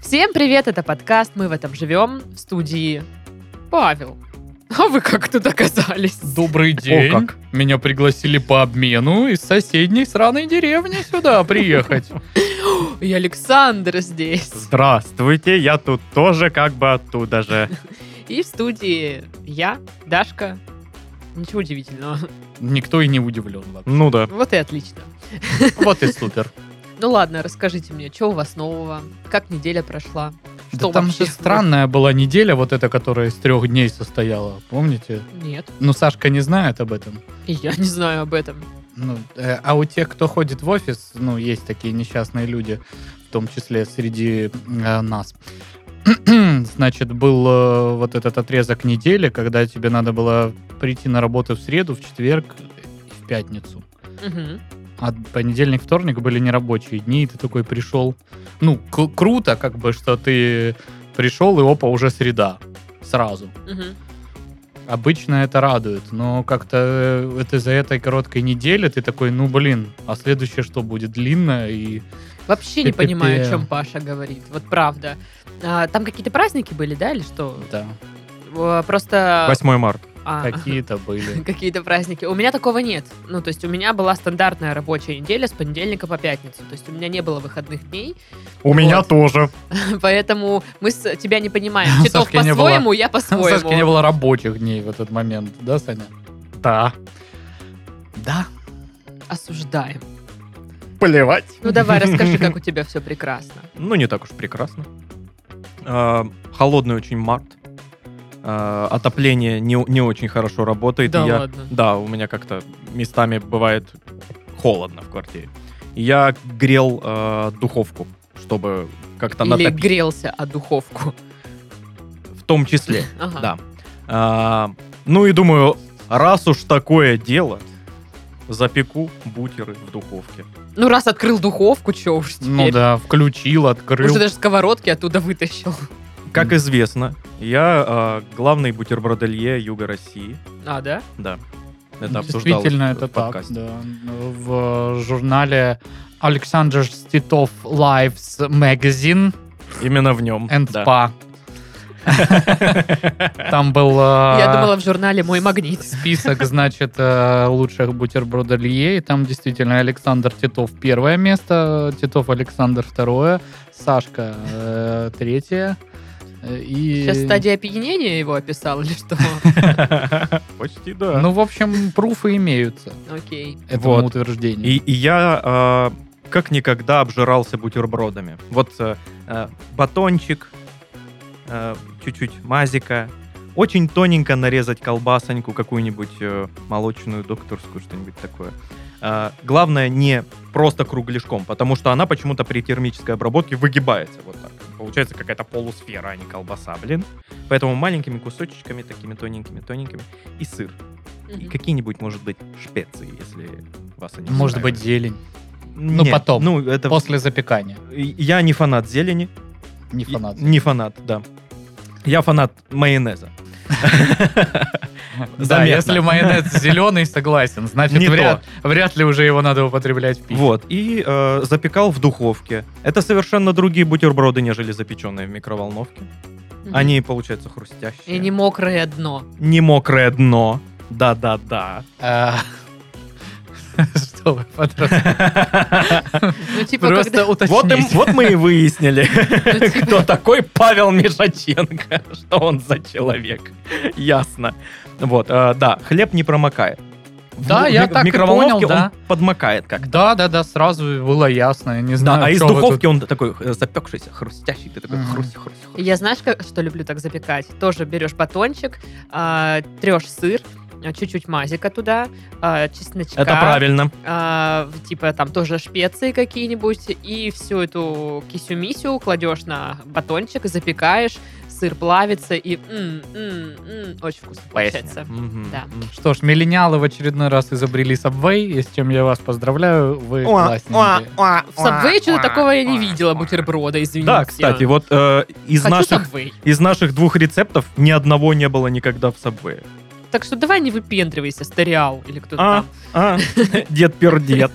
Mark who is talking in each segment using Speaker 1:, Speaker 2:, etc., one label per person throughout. Speaker 1: Всем привет, это подкаст «Мы в этом живем» в студии Павел. А вы как тут оказались?
Speaker 2: Добрый день.
Speaker 3: как.
Speaker 2: Меня пригласили по обмену из соседней сраной деревни сюда приехать.
Speaker 1: И Александр здесь.
Speaker 3: Здравствуйте, я тут тоже как бы оттуда же.
Speaker 1: И в студии я, Дашка. Ничего удивительного.
Speaker 2: Никто и не удивлен. вообще.
Speaker 3: Ну да.
Speaker 1: Вот и отлично.
Speaker 2: Вот и супер.
Speaker 1: Ну ладно, расскажите мне, что у вас нового? Как неделя прошла? Что
Speaker 2: Да там
Speaker 1: вообще
Speaker 2: же странная была неделя, вот эта, которая из трех дней состояла, помните?
Speaker 1: Нет,
Speaker 2: Ну, Сашка не знает об этом.
Speaker 1: и я не знаю об этом.
Speaker 2: Ну, э, а у тех, кто ходит в офис, ну, есть такие несчастные люди, в том числе среди э, нас. Значит, был э, вот этот отрезок недели, когда тебе надо было прийти на работу в среду, в четверг и в пятницу.
Speaker 1: Мгм.
Speaker 2: А понедельник, вторник были нерабочие дни, и ты такой пришел. Ну, к- круто, как бы, что ты пришел, и опа, уже среда. Сразу.
Speaker 1: Мгм.
Speaker 2: Обычно это радует, но как-то э, это за этой короткой недели ты такой, ну блин, а следующее что будет длинное и
Speaker 1: Вообще не
Speaker 2: Пи-пи-пи.
Speaker 1: понимаю, о чем Паша говорит. Вот правда. А, там какие-то праздники были, да, или что?
Speaker 2: да,
Speaker 1: Э, Просто...
Speaker 3: 8 марта.
Speaker 1: А.
Speaker 2: какие-то были.
Speaker 1: какие-то праздники. У меня такого нет. Ну, то есть у меня была стандартная рабочая неделя с понедельника по пятницу. То есть у меня не было выходных дней,
Speaker 3: У меня
Speaker 1: Вот.
Speaker 3: тоже.
Speaker 1: поэтому мы с- тебя не понимаем. Титов
Speaker 2: Сашки не было.
Speaker 1: по-своему, я
Speaker 2: У Сашки не
Speaker 1: по-своему.
Speaker 2: было рабочих дней в этот момент, да, Саня?
Speaker 3: Да.
Speaker 2: Да.
Speaker 1: Осуждаем.
Speaker 3: Плевать.
Speaker 1: Ну, давай, расскажи, как у тебя все прекрасно.
Speaker 3: Ну, не так уж прекрасно. А, Холодный очень март. А, Отопление не не очень хорошо работает. и я-
Speaker 1: ладно.
Speaker 3: Да, у меня как-то местами бывает холодно в квартире. И Я грел э, духовку, чтобы как-то
Speaker 1: Или
Speaker 3: натопить.
Speaker 1: грелся о духовку.
Speaker 3: В том числе.
Speaker 1: Ага.
Speaker 3: Да. А, ну и думаю, раз уж такое дело, запеку бутеры в духовке.
Speaker 1: Ну, раз открыл духовку, че уж теперь.
Speaker 2: Ну да, включил,
Speaker 1: Уже
Speaker 2: открыл.
Speaker 1: даже сковородки оттуда вытащил.
Speaker 3: Как
Speaker 2: Мгм.
Speaker 3: известно, я э, главный бутерброделье Юга России.
Speaker 1: А, да?
Speaker 3: Да. Это обсуждалось
Speaker 2: Действительно,
Speaker 3: в
Speaker 2: это так.
Speaker 3: подкасте.
Speaker 2: да. В э, журнале Александр Ститов Lives Magazine
Speaker 3: Именно в нем.
Speaker 2: and
Speaker 3: да.
Speaker 2: Spa. Там был... э,
Speaker 1: Я думала, в журнале «Мой магнит».
Speaker 2: список, значит, э, лучших бутерброделье. И там действительно Александр Титов первое место, Титов Александр второе, Сашка э, третье. Э, И...
Speaker 1: Сейчас стадия опьянения его описал или что?
Speaker 3: Почти да.
Speaker 2: Ну, в общем, пруфы имеются
Speaker 1: Окей.
Speaker 2: этому
Speaker 3: Вот.
Speaker 2: утверждению.
Speaker 3: И, и я э, как никогда обжирался бутербродами. Вот э, э, батончик, э, чуть-чуть мазика, очень тоненько нарезать колбасоньку, какую-нибудь э, молочную, докторскую, что-нибудь такое. Э, главное, не просто кругляшком, потому что она почему-то при термической обработке выгибается вот так. Получается какая-то полусфера, а не колбаса, блин. Поэтому маленькими кусочками, такими тоненькими-тоненькими, и сыр. И
Speaker 1: Мгм.
Speaker 3: какие-нибудь, может быть, шпеции, если вас они
Speaker 2: Может быть,
Speaker 3: устраивают.
Speaker 2: зелень.
Speaker 3: Ну,
Speaker 2: потом.
Speaker 3: Ну, это...
Speaker 2: После запекания.
Speaker 3: Я не фанат зелени.
Speaker 2: Не фанат.
Speaker 3: Не фанат, да. Я фанат майонеза.
Speaker 2: Да,
Speaker 3: заметно.
Speaker 2: если майонез зеленый, согласен. Значит,
Speaker 3: Не
Speaker 2: вряд, вряд ли уже его надо употреблять в пищу.
Speaker 3: Вот. И э, запекал в духовке. Это совершенно другие бутерброды, нежели запеченные в микроволновке.
Speaker 1: Мгм.
Speaker 3: Они, получается, хрустящие.
Speaker 1: И не мокрое дно.
Speaker 3: Не мокрое дно. Да-да-да.
Speaker 2: А, Что вы, подростки?
Speaker 1: Ну, типа,
Speaker 2: Просто
Speaker 3: Вот, им-
Speaker 2: уточните.
Speaker 3: вот мы и выяснили,
Speaker 1: когда... ну,
Speaker 3: кто такой Павел Мишаченко, что он за человек. Ясно. Вот, э, да, хлеб не промокает. В
Speaker 2: Да,
Speaker 3: ми-
Speaker 2: я
Speaker 3: в
Speaker 2: так и
Speaker 3: микроволновке
Speaker 2: понял,
Speaker 3: он
Speaker 2: да.
Speaker 3: подмокает как
Speaker 2: Да, да, да, сразу было ясно. Я не знаю,
Speaker 3: Да, а из
Speaker 2: чё вы тут
Speaker 3: духовки он такой э, запекшийся, хрустящий, ты такой
Speaker 2: Мгм.
Speaker 3: хрусть, хрусть, хрусть.
Speaker 1: Я знаешь, как- что люблю так запекать? Тоже берешь батончик, а, трешь сыр, а, чуть-чуть мазика туда, а, чесночка.
Speaker 3: Это правильно.
Speaker 1: а, в- типа там тоже шпеции какие-нибудь. И всю эту кисю-мисю кладешь на батончик, запекаешь, сыр плавится, и м, м, м, очень вкусно получается.
Speaker 3: Мгм.
Speaker 1: Да.
Speaker 3: Мгм.
Speaker 2: Что ж, миллениалы в очередной раз изобрели Subway, и с чем я вас поздравляю, вы классненькие.
Speaker 1: В Сабвее что-то такого я не видела, бутерброда, извините.
Speaker 3: Да, кстати, вот э, из
Speaker 1: Хочу
Speaker 3: наших
Speaker 1: Subway.
Speaker 3: из наших двух рецептов ни одного не было никогда в Сабвее.
Speaker 1: Так что давай не выпендривайся, стариал или кто-то
Speaker 3: А.
Speaker 1: там.
Speaker 3: А, дед пердет.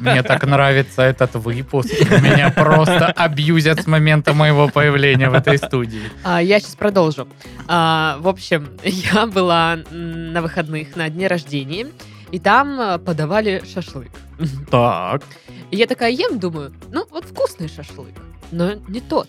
Speaker 2: Мне так нравится этот выпуск. Меня просто абьюзят с момента моего появления в этой студии.
Speaker 1: А, я сейчас продолжу. А, в общем, я была м, на выходных на дне рождения, и там а, подавали шашлык.
Speaker 3: Так.
Speaker 1: И я такая ем, думаю, ну вот вкусный шашлык, но не тот.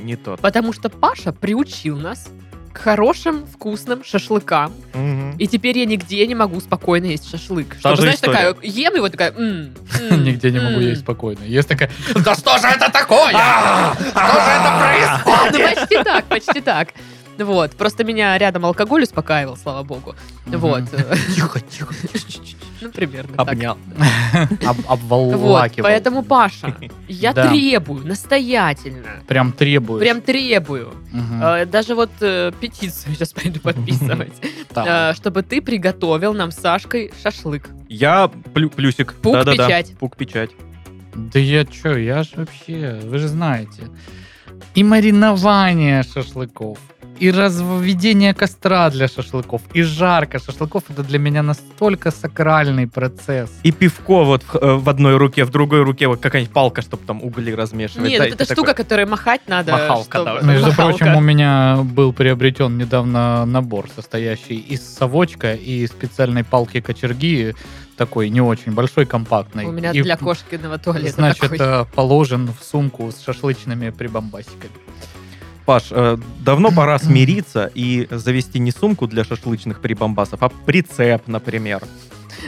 Speaker 3: Не тот.
Speaker 1: Потому что Паша приучил нас к хорошим вкусным шашлыкам.
Speaker 3: Мгм.
Speaker 1: И теперь я нигде не могу спокойно есть шашлык. Чтобы,
Speaker 3: же
Speaker 1: знаешь,
Speaker 3: история.
Speaker 1: такая, ем его, такая... «М, м,
Speaker 2: Нигде не могу
Speaker 1: м».
Speaker 2: есть спокойно. Есть такая, да что же это такое?
Speaker 3: А!
Speaker 2: Что же это
Speaker 1: Ну, почти так, почти так. Вот, просто меня рядом алкоголь успокаивал, слава богу.
Speaker 2: Мгм.
Speaker 1: Вот, э,
Speaker 2: Тихо, тихо.
Speaker 1: ну, примерно так.
Speaker 3: Обнял.
Speaker 2: Об-
Speaker 1: Вот,
Speaker 2: обволакивал.
Speaker 1: поэтому, Паша, я
Speaker 2: Да.
Speaker 1: требую, настоятельно,
Speaker 2: Прям требует.
Speaker 1: прям требую,
Speaker 2: Мгм.
Speaker 1: э, даже вот э, петицию сейчас пойду подписывать,
Speaker 2: Так.
Speaker 1: э, чтобы ты приготовил нам с Сашкой шашлык.
Speaker 3: Я плю- плюсик.
Speaker 1: Пук,
Speaker 3: Да-да-да.
Speaker 1: печать.
Speaker 3: Пук печать.
Speaker 2: Да я чё, я ж вообще, вы же знаете. И маринование шашлыков, и разведение костра для шашлыков, и жарка шашлыков, это для меня настолько сакральный процесс.
Speaker 3: И пивко вот в, э, в одной руке, в другой руке вот какая-нибудь палка, чтобы там угли размешивать.
Speaker 1: Нет,
Speaker 3: Да,
Speaker 1: вот
Speaker 3: и
Speaker 1: эта
Speaker 3: ты
Speaker 1: штука, которой махать надо.
Speaker 3: Махалка,
Speaker 1: чтобы-
Speaker 3: да, вот эта
Speaker 2: Между
Speaker 1: Махалка.
Speaker 2: прочим, у меня был приобретен недавно набор, состоящий из совочка и специальной палки кочерги, такой не очень большой, компактной.
Speaker 1: у меня
Speaker 2: И,
Speaker 1: для кошкиного туалета
Speaker 2: Значит,
Speaker 1: такой.
Speaker 2: э, положен в сумку с шашлычными прибамбасиками.
Speaker 3: такой, Паш, э, давно пора смириться и завести не сумку для шашлычных прибамбасов, а прицеп, например.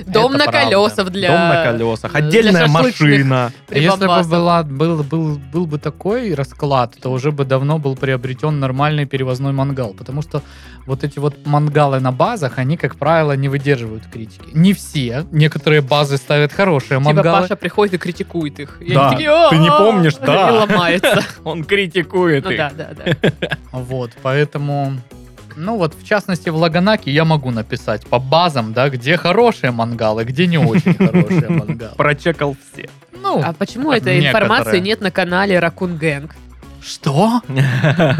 Speaker 1: Дом
Speaker 2: это
Speaker 1: на
Speaker 2: правда.
Speaker 1: колесах для...
Speaker 3: Дом на колесах,
Speaker 1: для
Speaker 3: отдельная
Speaker 1: шашлычных
Speaker 3: машина.
Speaker 2: А Если бы
Speaker 1: прибамбасов.
Speaker 2: была- был, был, был бы такой расклад, то уже бы давно был приобретен нормальный перевозной мангал. Потому что вот эти вот мангалы на базах, они, как правило, не выдерживают критики. Не все. Некоторые базы ставят хорошие
Speaker 1: Типа
Speaker 2: мангалы.
Speaker 1: Паша приходит и критикует их. И
Speaker 3: Да,
Speaker 1: они такие,
Speaker 3: ты не
Speaker 1: «А-а-а»,
Speaker 3: помнишь, да.
Speaker 1: И ломается.
Speaker 3: Он критикует
Speaker 1: Ну
Speaker 3: их.
Speaker 1: да, да, да.
Speaker 2: Вот, поэтому... Ну вот, в частности, в Лаганаке я могу написать по базам, да, где хорошие мангалы, где не очень хорошие мангалы.
Speaker 3: Прочекал все.
Speaker 2: Ну,
Speaker 1: А почему этой
Speaker 2: Некоторые.
Speaker 1: информации нет на канале Ракун Гэнг?
Speaker 2: что?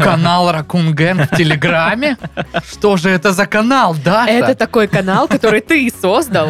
Speaker 2: Канал Ракунген в Телеграме? Что же это за канал, да?
Speaker 1: Это такой канал, который ты создал.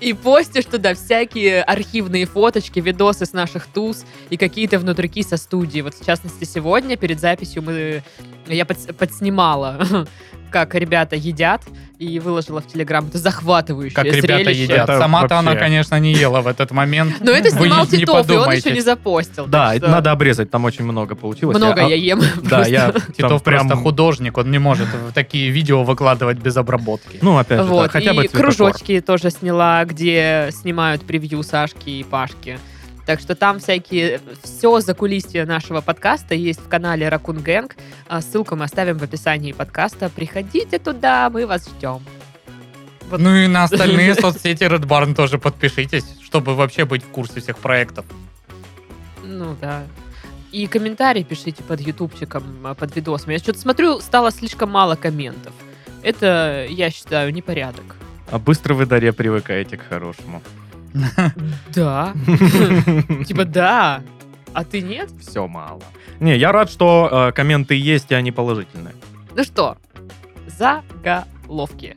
Speaker 1: И постишь туда всякие архивные фоточки, видосы с наших туз и какие-то внутрики со студии. Вот, в частности, сегодня перед записью мы... я подс- подснимала как ребята едят, и выложила в Телеграм. Это захватывающее
Speaker 2: как ребята
Speaker 1: зрелище.
Speaker 2: едят.
Speaker 3: Это
Speaker 2: Сама-то она,
Speaker 3: вообще.
Speaker 2: конечно, не ела в этот момент.
Speaker 1: Но это
Speaker 2: Вы
Speaker 1: снимал
Speaker 2: не- не
Speaker 1: Титов, и он еще
Speaker 2: подумайте.
Speaker 1: не запостил.
Speaker 3: Да,
Speaker 1: так
Speaker 3: это
Speaker 1: что
Speaker 3: надо обрезать, там очень много получилось.
Speaker 1: Много я
Speaker 3: а-
Speaker 1: ем.
Speaker 3: Да, я
Speaker 2: Титов
Speaker 3: там прям...
Speaker 2: просто художник, он не может в такие видео выкладывать без обработки.
Speaker 3: Ну, опять же, да,
Speaker 1: Вот,
Speaker 3: хотя бы
Speaker 1: и
Speaker 3: цветокор.
Speaker 1: кружочки тоже сняла, где снимают превью Сашки и Пашки. Так что там всякие, все за нашего подкаста есть в канале Ракун Гэнг. А Ссылку мы оставим в описании подкаста. Приходите туда, мы вас ждем.
Speaker 2: Ну и на остальные соцсети Red Barn тоже подпишитесь, чтобы вообще быть в курсе всех проектов.
Speaker 1: Ну да. И комментарии пишите под ютубчиком, а, под видосом. Я что-то смотрю, стало слишком мало комментов. Это, я считаю, непорядок.
Speaker 3: А быстро вы, Дарья, привыкаете к хорошему.
Speaker 1: Да. Типа да. А ты нет?
Speaker 3: Все мало. Не, я рад, что э, комменты есть, и они положительные.
Speaker 1: Ну что, заголовки.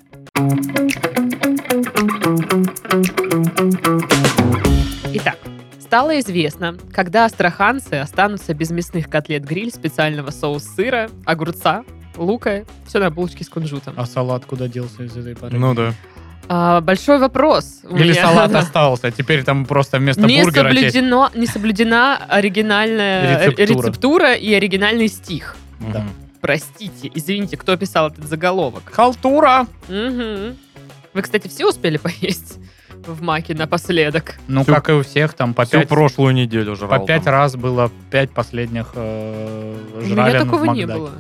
Speaker 1: Итак, стало известно, когда астраханцы останутся без мясных котлет гриль, специального соус сыра, огурца, лука, все на булочке с кунжутом.
Speaker 2: А салат куда делся из этой пары?
Speaker 3: да.
Speaker 1: А, большой вопрос. у
Speaker 2: Ну, Или
Speaker 1: меня.
Speaker 2: салат остался, теперь там просто вместо
Speaker 1: не
Speaker 2: бургера теперь-
Speaker 1: соблюдено, не соблюдена оригинальная э,
Speaker 2: Рецептура.
Speaker 1: рецептура и оригинальный стих.
Speaker 2: Да.
Speaker 1: Простите, извините, кто писал этот заголовок?
Speaker 2: Халтура!
Speaker 1: Мгм. Вы, кстати, все успели поесть в Маке напоследок?
Speaker 2: Ну,
Speaker 3: Всю-
Speaker 2: как и у всех, там по
Speaker 3: Всю
Speaker 2: пять,
Speaker 3: прошлую неделю жрал.
Speaker 2: по пять
Speaker 3: там.
Speaker 2: раз было пять последних э,
Speaker 1: У меня
Speaker 2: жралин в
Speaker 1: такого не
Speaker 2: Макдаке.
Speaker 1: было.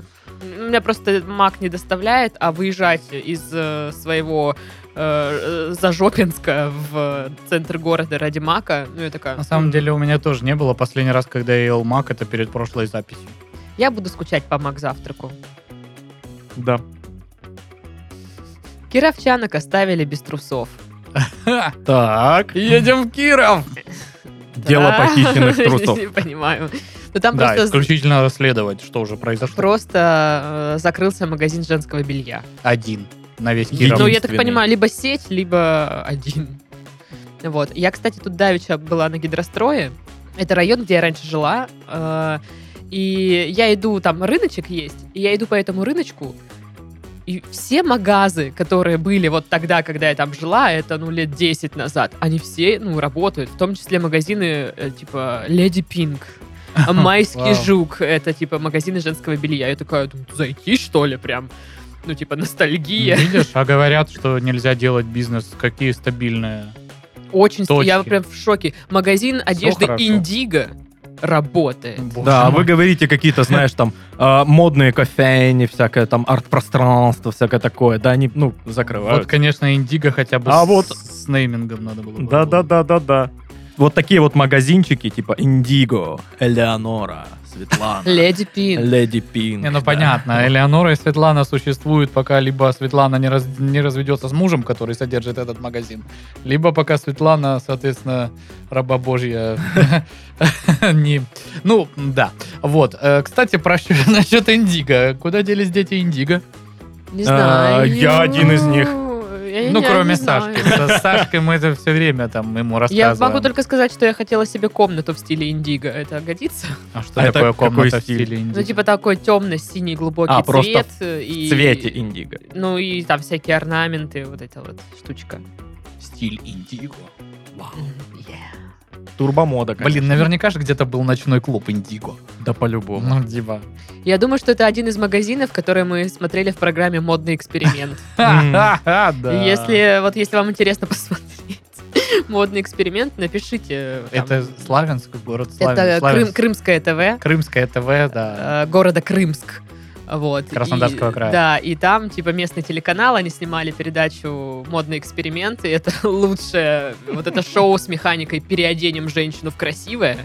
Speaker 1: У меня просто Мак не доставляет, а выезжать из э, своего э, э, Зажопинска в центр города ради Мака, ну я такая...
Speaker 2: На самом
Speaker 1: «М,
Speaker 2: деле у меня тоже не было. Последний раз, когда я ел мак, это перед прошлой записью.
Speaker 1: Я буду скучать по Мак-завтраку.
Speaker 3: Да.
Speaker 1: Кировчанок оставили без трусов.
Speaker 2: Так. Едем в Киров.
Speaker 3: Дело
Speaker 1: Да.
Speaker 3: похищенных трусов.
Speaker 1: Не понимаю. Но там
Speaker 2: да,
Speaker 1: просто...
Speaker 2: исключительно расследовать, что уже произошло.
Speaker 1: Просто э, закрылся магазин женского белья.
Speaker 2: Один на весь
Speaker 3: Един-
Speaker 2: Киров.
Speaker 1: Ну, я так
Speaker 3: Единственный.
Speaker 1: понимаю, либо сеть, либо один. Вот. Я, кстати, тут давеча была на гидрострое. Это район, где я раньше жила. Э, И я иду, там рыночек есть, и я иду по этому рыночку, и все магазы, которые были вот тогда, когда я там жила, это, ну, лет 10 назад, они все, ну, работают, в том числе магазины, э, типа, Леди Пинк, Майский
Speaker 2: Вау.
Speaker 1: жук, это, типа, магазины женского белья. Я такая, «Ну, зайти, что ли, прям? Ну, типа, ностальгия.
Speaker 2: Видишь, а говорят, что нельзя делать бизнес, какие стабильные.
Speaker 1: Очень, ст- я
Speaker 2: Точки.
Speaker 1: прям в шоке. Магазин одежды
Speaker 2: хорошо.
Speaker 1: Индиго работает.
Speaker 2: Боже
Speaker 3: Да, а
Speaker 2: мой.
Speaker 3: вы говорите какие-то, знаешь, там э, модные кофейни, всякое там арт-пространство, всякое такое. Да, они, ну,
Speaker 2: Вот,
Speaker 3: закрывают.
Speaker 2: конечно, Индиго хотя бы
Speaker 3: А
Speaker 2: с,
Speaker 3: вот-
Speaker 2: с неймингом надо было. бы работать.
Speaker 3: Да-да-да-да-да. Вот такие вот магазинчики, типа Индиго, Элеонора, Светлана,
Speaker 1: Леди Пин.
Speaker 3: Леди Пинк.
Speaker 2: Не, ну
Speaker 3: да.
Speaker 2: понятно, Элеонора и Светлана существуют, пока либо Светлана не, раз- не разведется с мужем, который содержит этот магазин, либо пока Светлана, соответственно, раба божья не... Ну, да. Вот. Э, Кстати, про щ- насчет Индиго. Куда делись дети Индиго?
Speaker 1: Не знаю.
Speaker 3: А, я один из них.
Speaker 1: Я-
Speaker 2: Ну,
Speaker 1: я
Speaker 2: кроме
Speaker 1: не знаю.
Speaker 2: Сашки. С Сашкой мы это все время там ему
Speaker 1: Я
Speaker 2: рассказываем.
Speaker 1: могу только сказать, что я хотела себе комнату в стиле индиго. Это годится?
Speaker 2: А что
Speaker 3: А это
Speaker 2: такое
Speaker 3: какой
Speaker 2: комната в
Speaker 3: стиль?
Speaker 2: стиле Индиго?
Speaker 1: Ну, типа такой темно-синий глубокий
Speaker 3: А, просто
Speaker 1: цвет.
Speaker 3: В
Speaker 1: и-
Speaker 3: цвете Индиго.
Speaker 1: Ну и там всякие орнаменты, вот эта вот штучка.
Speaker 2: Стиль Индиго.
Speaker 3: ну, Турбомода, конечно.
Speaker 2: Блин, наверняка же где-то был ночной клуб Индиго.
Speaker 3: Да по-любому.
Speaker 2: Ну, типа.
Speaker 1: Я думаю, что это один из магазинов, который мы смотрели в программе «Модный эксперимент».
Speaker 2: Ха-ха-ха, да.
Speaker 1: Если вот если вам интересно посмотреть модный эксперимент, напишите. там.
Speaker 2: Это Славянск, город
Speaker 1: Это
Speaker 2: Славянск.
Speaker 1: Крым-
Speaker 2: Славянск.
Speaker 1: Крымское ТВ,
Speaker 2: Крымское ТВ, да.
Speaker 1: э, города Крымск. Вот.
Speaker 2: Краснодарского
Speaker 1: И-
Speaker 2: края.
Speaker 1: Да, и там, типа, местный телеканал, они снимали передачу «Модный эксперимент», и это лучшее, вот это шоу с механикой «Переоденем женщину в красивое».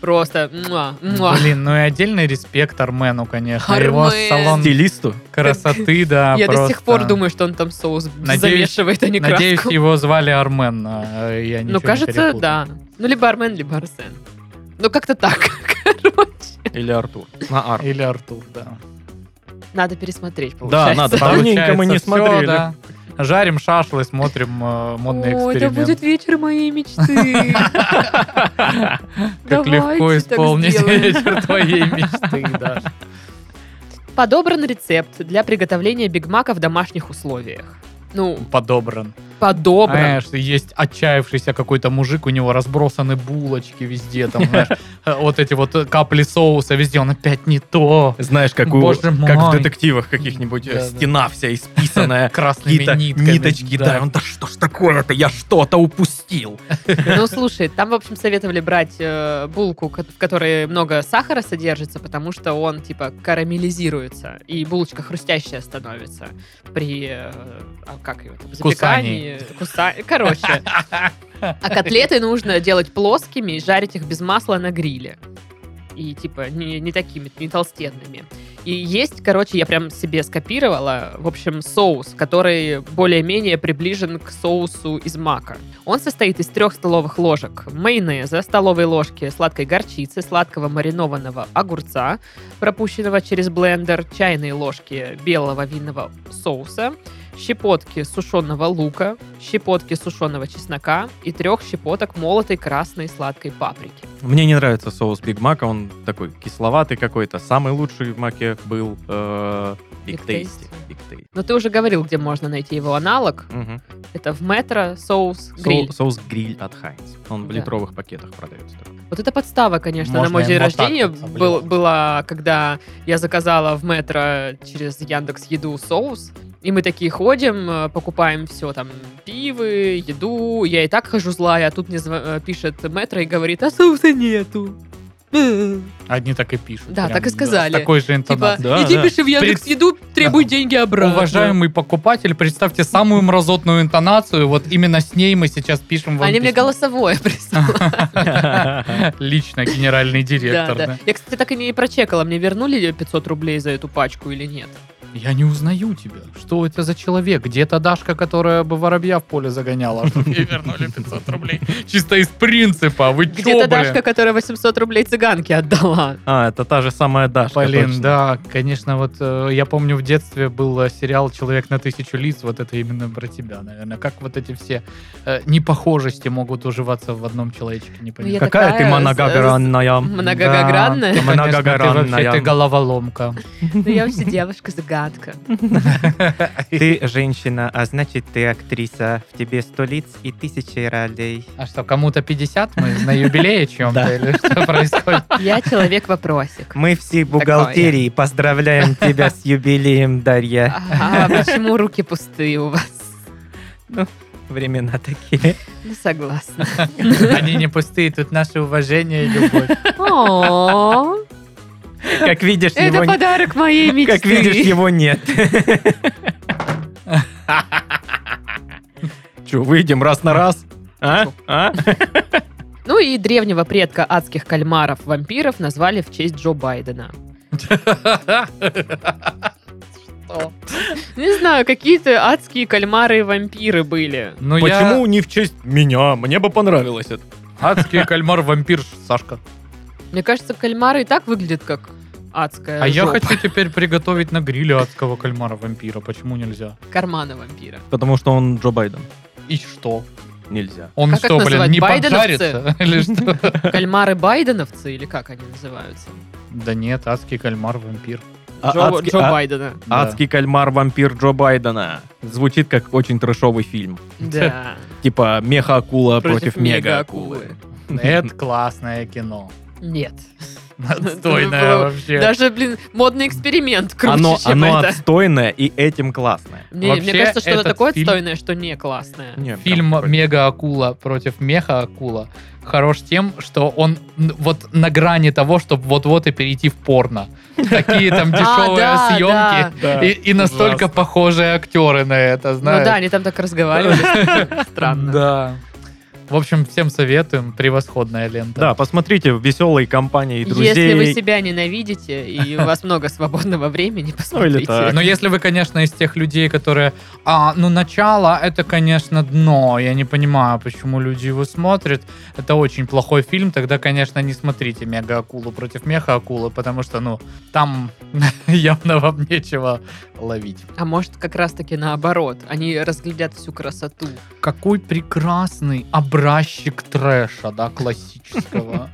Speaker 1: Просто муа, муа.
Speaker 2: Блин, ну и отдельный респект Армену, конечно. Его
Speaker 1: Армен.
Speaker 2: салон
Speaker 3: Стилисту?
Speaker 2: красоты, да.
Speaker 1: Я до
Speaker 2: просто.
Speaker 1: сих пор думаю, что он там соус
Speaker 2: Надеюсь-
Speaker 1: замешивает, а не
Speaker 2: Надеюсь,
Speaker 1: краску.
Speaker 2: его звали Армен. а, э, Я ничего
Speaker 1: Ну,
Speaker 2: не
Speaker 1: кажется,
Speaker 2: перепутал.
Speaker 1: да. Ну, либо Армен, либо Арсен. Ну, как-то так, короче.
Speaker 3: Или Артур? На Ар.
Speaker 2: Или Артур, да.
Speaker 1: Надо пересмотреть,
Speaker 3: Да,
Speaker 1: получается.
Speaker 3: надо. Давненько
Speaker 2: Получается,
Speaker 3: мы не
Speaker 2: всё,
Speaker 3: смотрели.
Speaker 2: да. Жарим шашлы, смотрим э, модный
Speaker 1: О, это
Speaker 2: эксперимент.
Speaker 1: будет вечер моей мечты.
Speaker 2: Как
Speaker 1: Давайте
Speaker 2: легко
Speaker 1: так
Speaker 2: исполнить
Speaker 1: сделаем.
Speaker 2: вечер твоей мечты, да.
Speaker 1: Подобран рецепт для приготовления бигмака в домашних условиях. Ну,
Speaker 2: Подобран.
Speaker 1: подобран.
Speaker 2: Знаешь, есть отчаявшийся какой-то мужик, у него разбросаны булочки везде, там, знаешь, э, вот эти вот капли соуса везде, он опять не то.
Speaker 3: Знаешь, как, у-
Speaker 2: Боже
Speaker 3: как в
Speaker 2: мой.
Speaker 3: детективах каких-нибудь э,
Speaker 2: Да, да.
Speaker 3: стена вся исписанная.
Speaker 2: Красными
Speaker 3: Какие-то
Speaker 2: нитками.
Speaker 3: ниточки, да. и Он, да что ж такое-то, я что-то упустил.
Speaker 1: Ну, слушай, там, в общем, советовали брать э, булку, ко- в которой много сахара содержится, потому что он, типа, карамелизируется, и булочка хрустящая становится при, э, а как ее, там,
Speaker 2: Кусании.
Speaker 1: запекании. Куса- Короче. А котлеты нужно делать плоскими и жарить их без масла на гриле. И, типа, не, не такими, не толстенными. И есть, короче, я прям себе скопировала, в общем, соус, который более-менее приближен к соусу из мака. Он состоит из трех столовых ложек майонеза, столовой ложки сладкой горчицы, сладкого маринованного огурца, пропущенного через блендер, чайные ложки белого винного соуса, щепотки сушеного лука, щепотки сушеного чеснока и трех щепоток молотой красной сладкой паприки.
Speaker 3: Мне не нравится соус Биг Мака, он такой кисловатый какой-то. Самый лучший в Маке был э, Биг
Speaker 1: Биг
Speaker 3: Тейсти.
Speaker 1: Тейсти.
Speaker 3: Биг Тейсти.
Speaker 1: Но ты уже говорил, где можно найти его аналог.
Speaker 3: Мгм.
Speaker 1: Это в метро соус
Speaker 3: Со-
Speaker 1: гриль.
Speaker 3: Соус гриль от Хайнс. Он в
Speaker 1: Да.
Speaker 3: литровых пакетах продается. только.
Speaker 1: Вот эта подстава, конечно, на
Speaker 2: Можно
Speaker 1: мой
Speaker 2: им
Speaker 1: день
Speaker 2: вот так
Speaker 1: рождения
Speaker 2: вот облить.
Speaker 1: был- была, когда я заказала в метро через Яндекс Еду соус. И мы такие ходим, э, покупаем все там, пивы, еду. Я и так хожу злая, а тут мне зв- э, пишет метро и говорит, а соуса нету. Э.
Speaker 2: Одни так и пишут.
Speaker 1: Да,
Speaker 2: прям,
Speaker 1: так и сказали.
Speaker 2: с такой же
Speaker 1: Типа,
Speaker 2: интонацией.
Speaker 3: Да,
Speaker 1: иди
Speaker 3: да.
Speaker 1: пиши в Яндекс Еду, требуй
Speaker 2: Да.
Speaker 1: деньги обратно.
Speaker 2: Уважаемый покупатель, представьте самую мразотную интонацию, вот именно с ней мы сейчас пишем вам
Speaker 1: Они мне
Speaker 2: письмо.
Speaker 1: голосовое прислали.
Speaker 2: Лично генеральный
Speaker 1: Да,
Speaker 2: директор.
Speaker 1: да. Я, кстати, так и не прочекала, мне вернули 500 рублей за эту пачку или нет.
Speaker 2: я не узнаю тебя. Что это за человек? Где та Дашка, которая бы воробья в поле загоняла, чтобы ей вернули 500 рублей? Чисто из принципа. а Вы чё,
Speaker 1: Где-то
Speaker 2: блин?
Speaker 1: Дашка, которая 800 рублей цыганке отдала.
Speaker 3: А, это та же самая Дашка.
Speaker 2: Блин,
Speaker 3: точно.
Speaker 2: да, конечно, вот э, я помню в детстве был э, сериал «Человек на тысячу лиц», вот это именно про тебя, наверное. Как вот эти все э, непохожести могут уживаться в одном человечке, не
Speaker 1: Ну,
Speaker 2: понимаю.
Speaker 1: я
Speaker 2: Как-
Speaker 3: Какая ты
Speaker 1: такая с-
Speaker 3: многогранная.
Speaker 1: Многогранная.
Speaker 2: Да, конечно, ты
Speaker 3: Многогранная.
Speaker 2: вообще ты головоломка.
Speaker 1: Ну, я вообще девушка-загадка.
Speaker 3: Ты женщина, а значит ты актриса. В тебе сто лиц и тысячи ролей.
Speaker 2: А что, кому-то 50? Мы на юбилее
Speaker 3: Да.
Speaker 2: чем-то? Или что происходит?
Speaker 1: Я человек-вопросик.
Speaker 3: Мы все бухгалтерии поздравляем тебя с юбилеем, Дарья.
Speaker 1: А почему руки пустые у вас? А.
Speaker 3: Времена такие.
Speaker 1: Ну, согласна.
Speaker 2: Они не пустые, тут наше уважение и любовь.
Speaker 1: О,
Speaker 3: Как видишь,
Speaker 1: Это
Speaker 3: его не-
Speaker 1: подарок моей мечты.
Speaker 3: как видишь, его нет. Че, выйдем раз на раз? А? А?
Speaker 1: Ну и древнего предка адских кальмаров-вампиров назвали в честь Джо Байдена. Не знаю, какие-то адские кальмары и вампиры были.
Speaker 2: Ну
Speaker 3: Почему
Speaker 2: я
Speaker 3: не в честь меня? Мне бы понравилось это.
Speaker 2: адский кальмар-вампир Сашка.
Speaker 1: Мне кажется, кальмары и так выглядят как адская
Speaker 2: А я
Speaker 1: Э, жопа.
Speaker 2: хочу теперь приготовить на гриле адского кальмара-вампира. Почему нельзя?
Speaker 1: кармана вампира.
Speaker 3: Потому что он Джо Байден.
Speaker 2: И что?
Speaker 3: Нельзя.
Speaker 2: Он
Speaker 1: Как
Speaker 2: что,
Speaker 1: их
Speaker 2: блин,
Speaker 1: называть?
Speaker 2: не
Speaker 1: Байденовцы?
Speaker 2: поджарится? Или что?
Speaker 1: Кальмары байденовцы или как они называются?
Speaker 2: Да нет, адский кальмар-вампир.
Speaker 3: А
Speaker 1: Джо,
Speaker 3: адски-
Speaker 1: Джо
Speaker 3: а-
Speaker 1: Байдена.
Speaker 2: Да.
Speaker 3: Адский кальмар-вампир Джо Байдена. Звучит как очень трэшовый фильм.
Speaker 1: Да.
Speaker 3: Типа меха-акула
Speaker 1: Против
Speaker 3: против, мега-акулы.
Speaker 1: мега-акулы.
Speaker 2: Ну, Это классное кино.
Speaker 1: Нет.
Speaker 2: Настойное
Speaker 1: было
Speaker 2: вообще.
Speaker 1: Ну, Даже, блин, модный эксперимент круче,
Speaker 3: Оно,
Speaker 1: чем
Speaker 3: оно
Speaker 1: это.
Speaker 3: отстойное и этим классное.
Speaker 1: Мне, мне
Speaker 2: Вообще,
Speaker 1: кажется, что это
Speaker 2: этот
Speaker 1: такое
Speaker 2: фильм-
Speaker 1: отстойное, что не классное.
Speaker 3: Нет, там
Speaker 2: Фильм
Speaker 3: такой-
Speaker 2: «Мега-акула против меха-акула» хорош тем, что он н- вот на грани того, чтобы вот-вот и перейти в порно. Такие там дешевые
Speaker 1: А, да,
Speaker 2: съемки. И, и настолько похожие актеры на это,
Speaker 1: Ну
Speaker 2: знаешь.
Speaker 1: да, они там так разговаривали. Странно.
Speaker 2: Да. В общем, всем советуем. Превосходная лента.
Speaker 3: Да, посмотрите, в веселой компании друзей.
Speaker 1: Если вы себя ненавидите и у вас много свободного времени, посмотрите.
Speaker 3: Ну, так.
Speaker 2: Но если вы, конечно, из тех людей, которые... А, ну, начало — это, конечно, дно. Я не понимаю, почему люди его смотрят. Это очень плохой фильм. Тогда, конечно, не смотрите «Мега-акулу против меха-акулы», потому что, ну, там явно вам нечего ловить.
Speaker 1: А может, как раз-таки наоборот. Они разглядят всю красоту.
Speaker 2: Какой прекрасный образчик трэша, да, классического.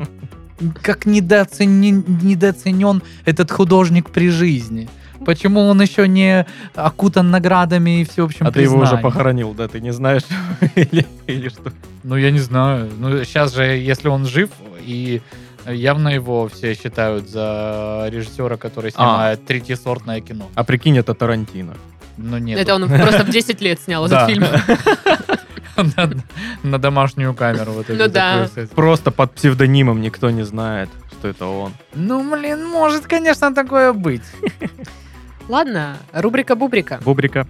Speaker 2: Как недооценен, недооценен этот художник при жизни. Почему он еще не окутан наградами и всеобщим
Speaker 3: А ты его уже
Speaker 2: признанием?
Speaker 3: похоронил, да, ты не знаешь? Или или что?
Speaker 2: Ну, я не знаю. Ну, сейчас же, если он жив, и явно его все считают за режиссера, который снимает третьесортное кино.
Speaker 3: А прикинь, это Тарантино.
Speaker 2: Но нет.
Speaker 1: Это
Speaker 3: ну-
Speaker 1: он просто в 10 лет снял этот
Speaker 2: Да.
Speaker 1: фильм.
Speaker 2: на, на домашнюю камеру. Вот эту
Speaker 1: Ну да.
Speaker 2: такую, кстати.
Speaker 3: Просто под псевдонимом никто не знает, что это он.
Speaker 2: Ну, блин, может, конечно, такое быть.
Speaker 1: Ладно, рубрика Бубрика.
Speaker 3: Бубрика.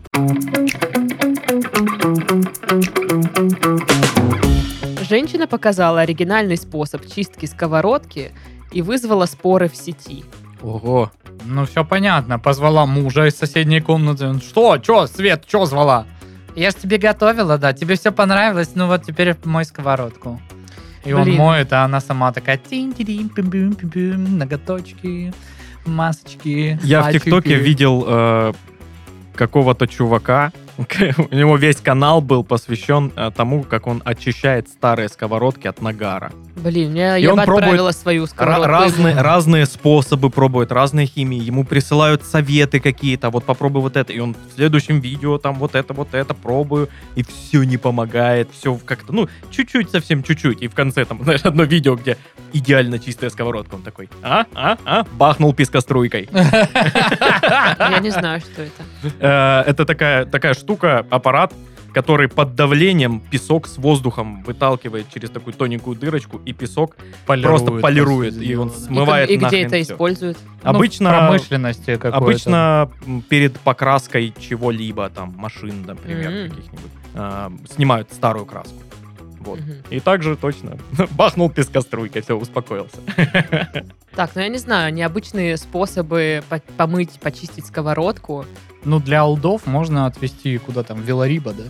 Speaker 1: Женщина показала оригинальный способ чистки сковородки и вызвала споры в сети.
Speaker 3: Ого.
Speaker 2: Ну, все понятно. Позвала мужа из соседней комнаты. Он, Что? Че, Свет, че звала? Я ж тебе готовила, да. Тебе все понравилось. Ну вот теперь мой сковородку. И он
Speaker 1: Блин.
Speaker 2: моет, а она сама такая тинь тирим пим пим пим пим ноготочки, масочки.
Speaker 3: Я в
Speaker 2: пальчики».
Speaker 3: ТикТоке видел э, какого-то чувака. У него весь канал был посвящен э, тому, как он очищает старые сковородки от нагара.
Speaker 1: Блин, я,
Speaker 3: И
Speaker 1: я
Speaker 3: он
Speaker 1: бы
Speaker 3: пробует
Speaker 1: отправила свою
Speaker 3: Ра-
Speaker 1: сковородку.
Speaker 3: разные, разные способы пробует, разные химии. Ему присылают советы какие-то. Вот попробуй вот это. И он в следующем видео там вот это, вот это пробую. И все не помогает. Все как-то, ну, чуть-чуть, совсем чуть-чуть. И в конце там, знаешь, одно видео, где идеально чистая сковородка. Он такой, а, а, а, бахнул пискоструйкой.
Speaker 1: Я не знаю, что это.
Speaker 3: Э, Это такая, такая штука, аппарат, который под давлением песок с воздухом выталкивает через такую тоненькую дырочку, и песок просто полирует,
Speaker 2: после
Speaker 3: и он
Speaker 2: дела, да.
Speaker 1: И,
Speaker 3: смывает
Speaker 1: как- и где
Speaker 3: нахрен
Speaker 1: это
Speaker 3: всё.
Speaker 1: используют?
Speaker 2: Ну, в
Speaker 3: Обычно...
Speaker 2: промышленности какой-то.
Speaker 3: Обычно м, перед покраской чего-либо, там, машин, например,
Speaker 1: Мгм.
Speaker 3: каких-нибудь, а, снимают старую краску. Вот.
Speaker 1: Мгм.
Speaker 3: И также точно бахнул пескоструйкой, все, успокоился.
Speaker 1: Так, ну я не знаю, необычные способы по- помыть, почистить сковородку.
Speaker 2: Ну, для алдов можно отвести куда там, Велариба, да?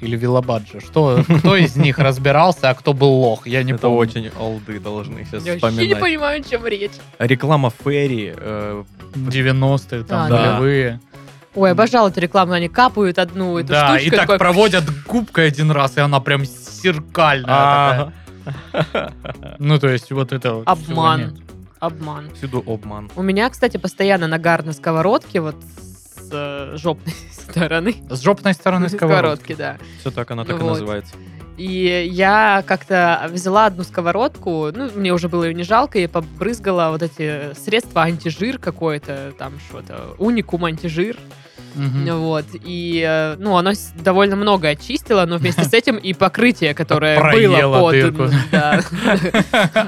Speaker 2: Или Велобаджа. Что, кто из них разбирался, а кто был лох? Я не
Speaker 3: Это
Speaker 2: помню.
Speaker 3: очень олды должны сейчас
Speaker 1: я вообще не
Speaker 3: вспоминать.
Speaker 1: понимаю, о чем речь.
Speaker 3: Реклама Ферри, э,
Speaker 2: 90-е, там,
Speaker 1: А, да.
Speaker 2: нулевые.
Speaker 1: Ой, обожал эту рекламу, они капают одну эту
Speaker 2: Да,
Speaker 1: штучку.
Speaker 2: и так
Speaker 1: такой,
Speaker 2: проводят губкой один раз, и она прям зеркальная такая.
Speaker 3: ага.
Speaker 2: Ну, то есть, вот это... вот всего
Speaker 1: Обман.
Speaker 2: нет.
Speaker 1: Обман.
Speaker 3: Всюду обман.
Speaker 1: У меня, кстати, постоянно нагар на сковородке, вот с э, жопной стороны.
Speaker 2: С жопной стороны сковородки.
Speaker 1: Сковородки, да.
Speaker 3: Все так, она так и
Speaker 1: Вот.
Speaker 3: называется.
Speaker 1: И я как-то взяла одну сковородку, ну, мне уже было ее не жалко, и побрызгала вот эти средства антижир какое-то, там что-то, уникум антижир,
Speaker 2: Мгм.
Speaker 1: вот. И, э, ну, оно с- довольно много очистило, но вместе с этим и покрытие, которое
Speaker 2: Проело
Speaker 1: было под...
Speaker 2: дырку.
Speaker 1: да,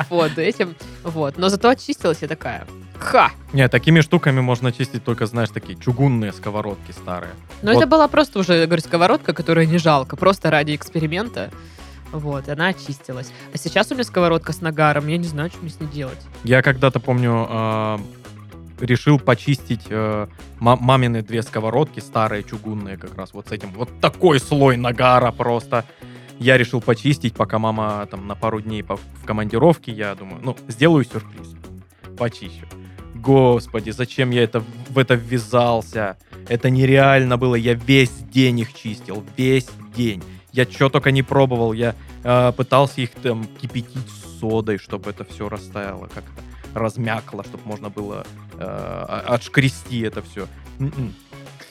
Speaker 1: под этим, вот. Но зато очистилась я такая, ха!
Speaker 3: Не, такими штуками можно чистить только, знаешь, такие чугунные сковородки старые.
Speaker 1: Но
Speaker 3: Вот.
Speaker 1: это была просто уже, я говорю, сковородка, которая не жалко, просто ради эксперимента. Вот, и она очистилась. А сейчас у меня сковородка с нагаром, я не знаю, что мне с ней делать.
Speaker 3: Я когда-то помню, э, решил почистить э, ма- мамины две сковородки, старые чугунные как раз, вот с этим. Вот такой слой нагара просто. Я решил почистить, пока мама там на пару дней пов- в командировке, я думаю, ну, сделаю сюрприз. Почищу. Господи, зачем я это, в это ввязался? Это нереально было. Я весь день их чистил. Весь день. Я что только не пробовал. Я э, пытался их там кипятить с содой, чтобы это все растаяло, как-то размякло, чтобы можно было э, о- отшкрести это все.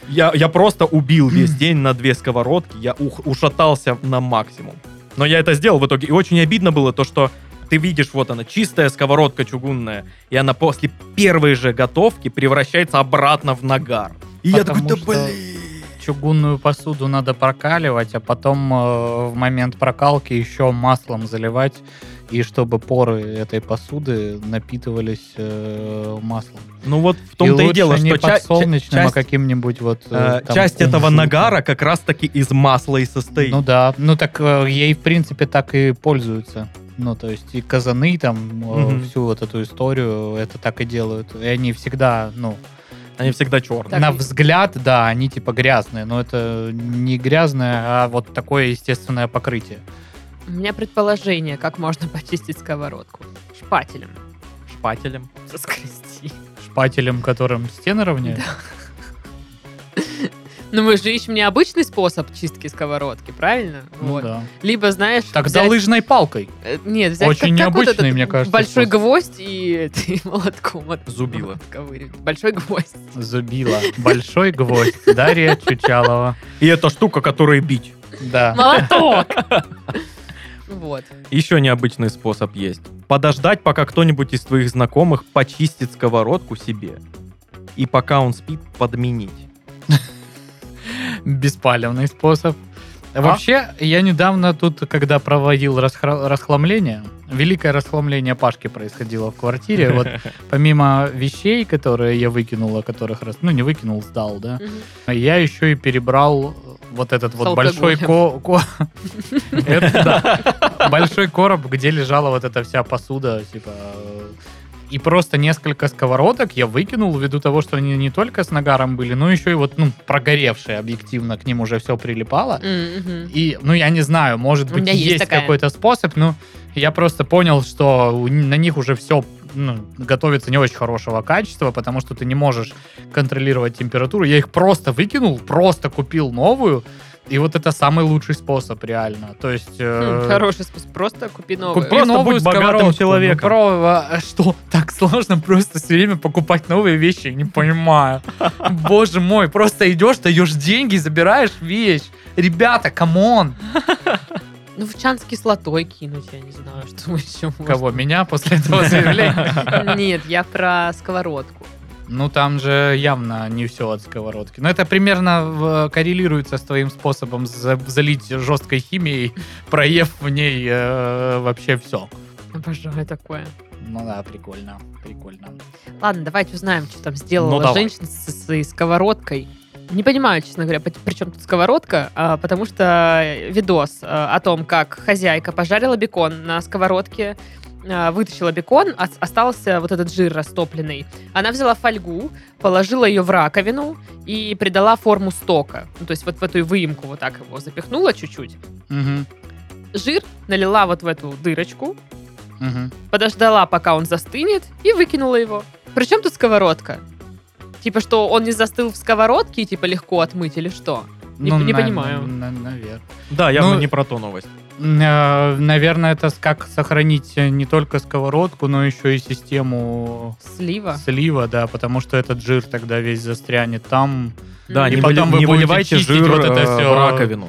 Speaker 3: Я, я просто убил весь день на две сковородки. Я ух- ушатался на максимум. Но я это сделал в итоге. И очень обидно было то, что ты видишь, вот она, чистая сковородка чугунная, и она после первой же готовки превращается обратно в нагар. И
Speaker 2: Потому
Speaker 3: я такой, да
Speaker 2: что-
Speaker 3: блин.
Speaker 2: Чугунную посуду надо прокаливать, а потом э, в момент прокалки еще маслом заливать, и чтобы поры этой посуды напитывались э, маслом.
Speaker 3: Ну вот в том-то и,
Speaker 2: лучше
Speaker 3: дело,
Speaker 2: не
Speaker 3: что ча- ча-
Speaker 2: подсолнечным, а
Speaker 3: часть-
Speaker 2: каким-нибудь вот... э,
Speaker 3: Э,
Speaker 2: там
Speaker 3: часть этого
Speaker 2: кунжутом.
Speaker 3: нагара как раз-таки из масла и состоит.
Speaker 2: Ну да, ну так э, ей, в принципе, так и пользуются. Ну, то есть и казаны там, э,
Speaker 3: Мгм.
Speaker 2: всю вот эту историю, это так и делают. И они всегда, ну,
Speaker 3: Они всегда черные.
Speaker 1: Так
Speaker 2: на
Speaker 1: и-
Speaker 2: взгляд, да, они типа грязные, но это не грязное, а вот такое естественное покрытие.
Speaker 1: У меня предположение, как можно почистить сковородку. Шпателем.
Speaker 3: Шпателем.
Speaker 1: Соскрести.
Speaker 2: Шпателем, которым стены равняют.
Speaker 1: Ну мы же ищем необычный способ чистки сковородки, правильно?
Speaker 2: Ну
Speaker 1: Вот.
Speaker 2: да.
Speaker 1: Либо, знаешь...
Speaker 2: Тогда
Speaker 1: взять-
Speaker 2: лыжной палкой.
Speaker 1: э, Нет, взять
Speaker 2: Очень
Speaker 1: как- как вот
Speaker 2: необычный,
Speaker 1: этот
Speaker 2: мне кажется,
Speaker 1: Большой
Speaker 2: способ.
Speaker 1: гвоздь и ты молотком от
Speaker 3: Зубило.
Speaker 1: отковыривать. Большой гвоздь.
Speaker 2: Зубила. Большой гвоздь. Дарья Чучалова.
Speaker 3: И это штука, которой бить.
Speaker 2: Да.
Speaker 1: Молоток! Вот.
Speaker 3: Еще необычный способ есть. Подождать, пока кто-нибудь из твоих знакомых почистит сковородку себе. И пока он спит, подменить.
Speaker 2: Беспалевный способ.
Speaker 3: А?
Speaker 2: Вообще, я недавно тут, когда проводил расхра- расхламление, великое расхламление Пашки происходило в квартире. Вот помимо вещей, которые я выкинул, о которых раз, ну не выкинул, сдал, да,
Speaker 1: Мгм.
Speaker 2: А Я еще и перебрал э, вот этот
Speaker 1: С
Speaker 2: вот большой ко- ко- Это да. большой короб, где лежала вот эта вся посуда, типа. э, И просто несколько сковородок я выкинул ввиду того, что они не только с нагаром были, но еще и вот, ну, прогоревшие объективно, к ним уже все прилипало.
Speaker 1: М, мгм.
Speaker 2: И, ну, я не знаю, может
Speaker 1: У
Speaker 2: быть,
Speaker 1: меня
Speaker 2: есть,
Speaker 1: есть такая.
Speaker 2: какой-то способ, но я просто понял, что у- на них уже все ну, готовится не очень хорошего качества, потому что ты не можешь контролировать температуру. Я их просто выкинул, просто купил новую, и вот это самый лучший способ, реально. То есть... э,
Speaker 1: М, Хм, Хороший способ. Просто купи
Speaker 2: купи
Speaker 1: новую.
Speaker 3: Просто будь богатым
Speaker 2: сковородку.
Speaker 3: человеком.
Speaker 2: Ну, право, а что, так сложно просто все время покупать новые вещи? Я Не понимаю. Боже мой, просто идешь, даешь деньги, забираешь вещь. Ребята, камон!
Speaker 1: Ну, в чан с кислотой кинуть, я не знаю, что еще можно.
Speaker 2: Кого? Меня после этого заявления?
Speaker 1: Нет, я про сковородку.
Speaker 2: Ну, там же явно не все от сковородки. Но это примерно в- э, коррелируется с твоим способом за- залить жесткой химией, проев в ней э, вообще все.
Speaker 1: Обожаю такое.
Speaker 2: Ну да, прикольно, прикольно.
Speaker 1: Ладно, давайте узнаем, что там сделала
Speaker 3: Ну, давай.
Speaker 1: женщина со своей сковородкой. Не понимаю, честно говоря, пот- при чем тут сковородка, а, потому что видос а, о том, как хозяйка пожарила бекон на сковородке, а, вытащила бекон, ос- остался вот этот жир растопленный. Она взяла фольгу, положила ее в раковину и придала форму стока. Ну, то есть вот в эту выемку вот так его запихнула чуть-чуть.
Speaker 2: Мгм,
Speaker 1: Жир налила вот в эту дырочку,
Speaker 2: мгм.
Speaker 1: подождала, пока он застынет, и выкинула его. Причем тут сковородка? Типа, что он не застыл в сковородке и типа легко отмыть или что? Не- не понимаю.
Speaker 2: Ну, на- навер-
Speaker 3: Да, явно
Speaker 2: Ну,
Speaker 3: не про то новость.
Speaker 2: Э, Наверное, это с- как сохранить э, не только сковородку, но еще и систему
Speaker 1: Слива.
Speaker 2: слива, да, потому что этот жир тогда весь застрянет там.
Speaker 3: Да,
Speaker 1: М.
Speaker 2: И
Speaker 3: не,
Speaker 2: потом
Speaker 3: выли-
Speaker 2: вы будете
Speaker 3: не выливайте
Speaker 2: чистить
Speaker 3: жир
Speaker 2: вот это
Speaker 3: э,
Speaker 2: всё.
Speaker 3: в раковину.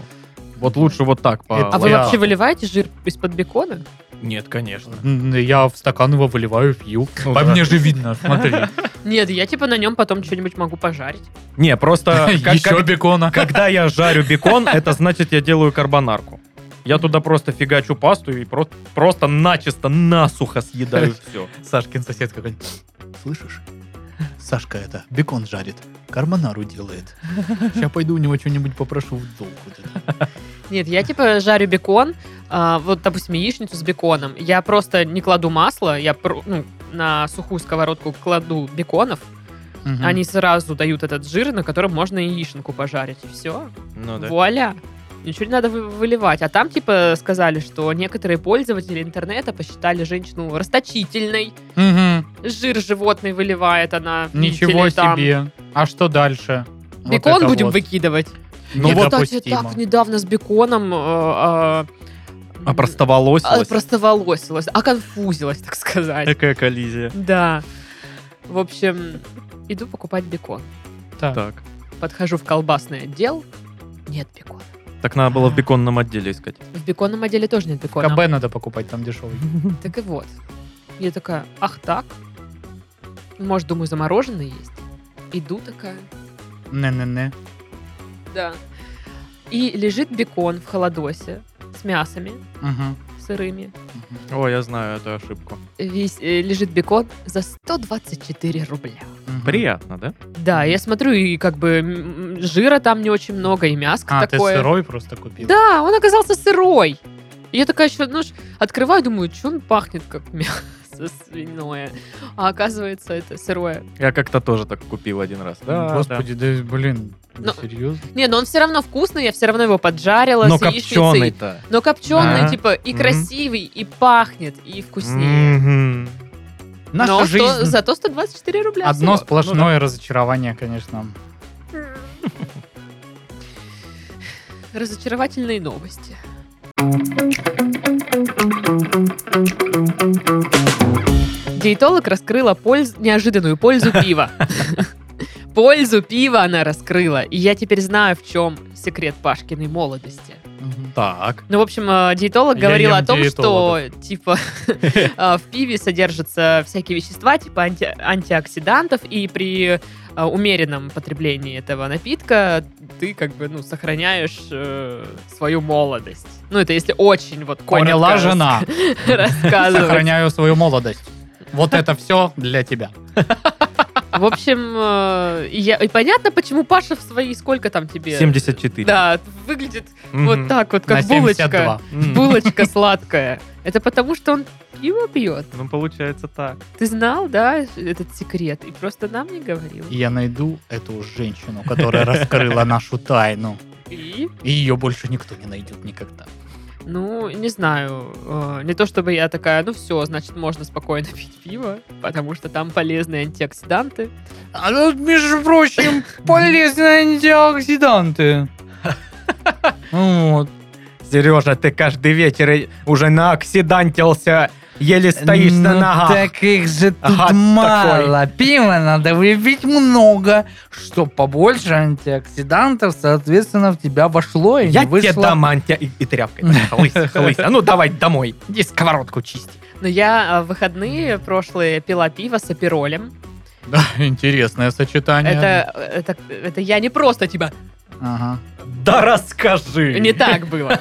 Speaker 3: Вот лучше вот так. По
Speaker 2: Это-
Speaker 1: А вы
Speaker 2: я-
Speaker 1: вообще выливаете жир из-под бекона?
Speaker 3: Нет, конечно.
Speaker 2: М, Я в стакан его выливаю, пью.
Speaker 3: Ну
Speaker 2: По
Speaker 3: да.
Speaker 2: А мне же видно, смотри.
Speaker 1: Нет, я типа на нем потом что-нибудь могу пожарить.
Speaker 3: Не, просто как-
Speaker 2: Еще
Speaker 3: как-
Speaker 2: бекона.
Speaker 3: когда я жарю бекон, это значит, я делаю карбонарку. Я туда просто фигачу пасту и просто, просто начисто насухо съедаю все.
Speaker 2: Сашкин сосед какой-нибудь. Слышишь? Сашка это, бекон жарит, карбонару делает. Сейчас пойду у него что-нибудь попрошу в долг. вот это.
Speaker 1: Нет, я типа жарю бекон, а, вот, допустим, яичницу с беконом. Я просто не кладу масло, я про- ну, на сухую сковородку кладу беконов.
Speaker 2: Мгм.
Speaker 1: Они сразу дают этот жир, на котором можно яичнику пожарить. И все.
Speaker 3: Ну да.
Speaker 1: Вуаля! Ничего не надо вы- выливать. А там, типа, сказали, что некоторые пользователи интернета посчитали женщину расточительной.
Speaker 2: Мгм.
Speaker 1: Жир животный выливает она. видите
Speaker 2: Ничего
Speaker 1: ли, там.
Speaker 2: себе. А что дальше? Вот
Speaker 1: Бекон
Speaker 2: это
Speaker 1: будем
Speaker 2: вот.
Speaker 1: выкидывать.
Speaker 2: Ну
Speaker 1: Я,
Speaker 2: вот,
Speaker 1: кстати, так недавно с беконом... э, э,
Speaker 3: А
Speaker 1: м, а,
Speaker 3: простоволосилась.
Speaker 1: простоволосилась. А конфузилась, так сказать.
Speaker 3: Какая коллизия.
Speaker 1: Да. В общем, иду покупать бекон.
Speaker 3: Так.
Speaker 1: Подхожу в колбасный отдел. Нет бекона.
Speaker 3: Так надо было в беконном отделе искать.
Speaker 1: В беконном отделе тоже нет бекона.
Speaker 2: КБ надо покупать, там дешевый.
Speaker 1: Так и вот. Я такая, ах так? Может, думаю, замороженный есть? Иду такая.
Speaker 2: Не-не-не.
Speaker 1: Да. И лежит бекон в холодосе с мясами
Speaker 2: Мгм.
Speaker 1: сырыми.
Speaker 2: Мгм.
Speaker 3: О, я знаю эту ошибку.
Speaker 1: Весь, э, лежит бекон за 124 рубля.
Speaker 2: Мгм.
Speaker 3: Приятно, да?
Speaker 1: Да, я смотрю, и как бы м, м, жира там не очень много, и мяско
Speaker 2: А, ты
Speaker 1: такое.
Speaker 2: сырой просто купил?
Speaker 1: Да, он оказался сырой. И я такая еще, ну, ж, открываю, думаю, что он пахнет как мясо свиное. А оказывается, это сырое.
Speaker 3: Я как-то тоже так купил один раз. Да,
Speaker 2: Господи, да, блин,
Speaker 1: Ну,
Speaker 2: серьезно?
Speaker 1: Не, но он все равно вкусный, я все равно его
Speaker 3: да.
Speaker 1: поджарила
Speaker 3: Но
Speaker 1: с яичницей.
Speaker 3: копченый-то.
Speaker 1: Но копченый,
Speaker 2: А?
Speaker 3: Да.
Speaker 1: типа, и
Speaker 3: Мгм.
Speaker 1: красивый, и пахнет, и вкуснее.
Speaker 3: Мгм.
Speaker 2: Наша
Speaker 1: но
Speaker 2: жизнь
Speaker 1: сто- зато 124 рубля
Speaker 2: одно
Speaker 1: всего.
Speaker 2: сплошное разочарование, конечно.
Speaker 1: Разочаровательные новости. Диетолог раскрыла польз- неожиданную пользу пива. Пользу пива она раскрыла. И я теперь знаю, в чем секрет Пашкиной молодости.
Speaker 3: Так.
Speaker 1: Ну, в общем, э, диетолог
Speaker 2: Я
Speaker 1: говорил
Speaker 2: ем
Speaker 1: о том, что
Speaker 2: диетологов.
Speaker 1: типа э, в пиве содержатся всякие вещества типа анти- антиоксидантов, и при э, умеренном потреблении этого напитка ты как бы ну сохраняешь э, свою молодость. Ну это если очень вот коротко
Speaker 2: Поняла
Speaker 1: рас-
Speaker 2: жена.
Speaker 1: рассказывать.
Speaker 2: Сохраняю свою молодость. Вот это все для тебя.
Speaker 1: В общем, э, и я- и понятно, почему Паша в свои сколько там тебе?
Speaker 3: 74.
Speaker 1: Да, выглядит
Speaker 3: Мгм.
Speaker 1: вот так вот,
Speaker 2: На
Speaker 1: как булочка.
Speaker 2: 72.
Speaker 3: М.
Speaker 1: Булочка сладкая. Это потому, что он пиво пьет.
Speaker 3: Ну, получается так.
Speaker 1: Ты знал, да, этот секрет, и просто нам не говорил.
Speaker 2: Я найду эту женщину, которая раскрыла нашу тайну.
Speaker 1: И,
Speaker 2: И ее больше никто не найдет никогда.
Speaker 1: ну, не знаю, э, не то чтобы я такая, ну все, значит, можно спокойно пить пиво, потому что там полезные антиоксиданты.
Speaker 2: А тут, между прочим, полезные антиоксиданты. Вот.
Speaker 3: Сережа, ты каждый вечер уже наоксидантился, еле
Speaker 2: Ну, Так их же тут
Speaker 3: Ага,
Speaker 2: мало. Пива надо выпить много, чтоб побольше антиоксидантов, соответственно, в тебя вошло и не вышло.
Speaker 3: антя... И, и тряпкой. Хлысь, хлысь. А ну, давай домой.
Speaker 2: И сковородку чисти.
Speaker 1: Но я э, в выходные прошлые пила пиво с аперолем.
Speaker 2: Да, интересное сочетание.
Speaker 1: Это, это, это я не просто тебя...
Speaker 3: Да расскажи.
Speaker 1: Не так было.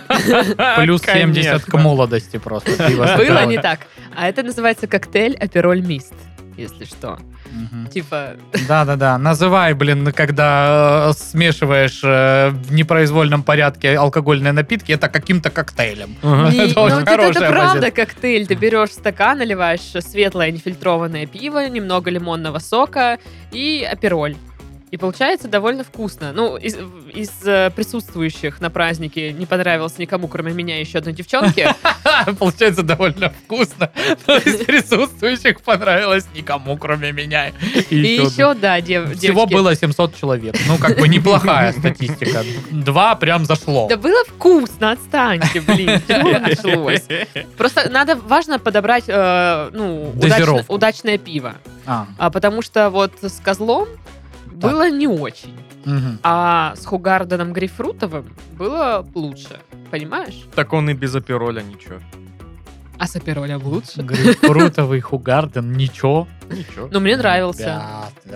Speaker 2: Плюс
Speaker 3: Конечно.
Speaker 2: 70 к молодости просто. пиво с
Speaker 1: Было
Speaker 2: аперолем.
Speaker 1: не так. А это называется коктейль апероль мист. если что.
Speaker 2: Мгм.
Speaker 1: Типа,
Speaker 2: Да-да-да, называй, блин, когда э, смешиваешь э, в непроизвольном порядке алкогольные напитки, это каким-то коктейлем.
Speaker 3: Ага.
Speaker 1: Не-
Speaker 2: Это
Speaker 1: ну,
Speaker 2: очень
Speaker 1: вот это,
Speaker 2: хорошая
Speaker 1: правда
Speaker 2: позиция.
Speaker 1: коктейль. Ты берешь стакан, наливаешь светлое нефильтрованное пиво, немного лимонного сока и апероль. И получается довольно вкусно. Ну, из, из, э, присутствующих на празднике не понравилось никому, кроме меня и еще одной девчонки.
Speaker 2: А, Получается довольно вкусно. То есть присутствующих понравилось никому, кроме меня. И
Speaker 1: И
Speaker 2: еще
Speaker 1: еще, да, дев-
Speaker 2: Всего
Speaker 1: девочки.
Speaker 2: было 700 человек. Ну, как бы неплохая статистика. Два прям зашло.
Speaker 1: Да было вкусно, отстаньте, блин, чего началось. Просто надо, важно подобрать, э, ну, удачно-
Speaker 2: Дозировку.
Speaker 1: удачное пиво.
Speaker 2: А,
Speaker 1: А потому что вот с козлом было не очень.
Speaker 2: мгм.
Speaker 1: А с Хугарденом Грейпфрутовым было лучше. Понимаешь?
Speaker 3: Так он и без опероля ничего.
Speaker 1: А с Аперолем лучше.
Speaker 2: Грейпфрутовый хугарден, ничего.
Speaker 3: Ничего.
Speaker 1: Но Ну, мне нравился.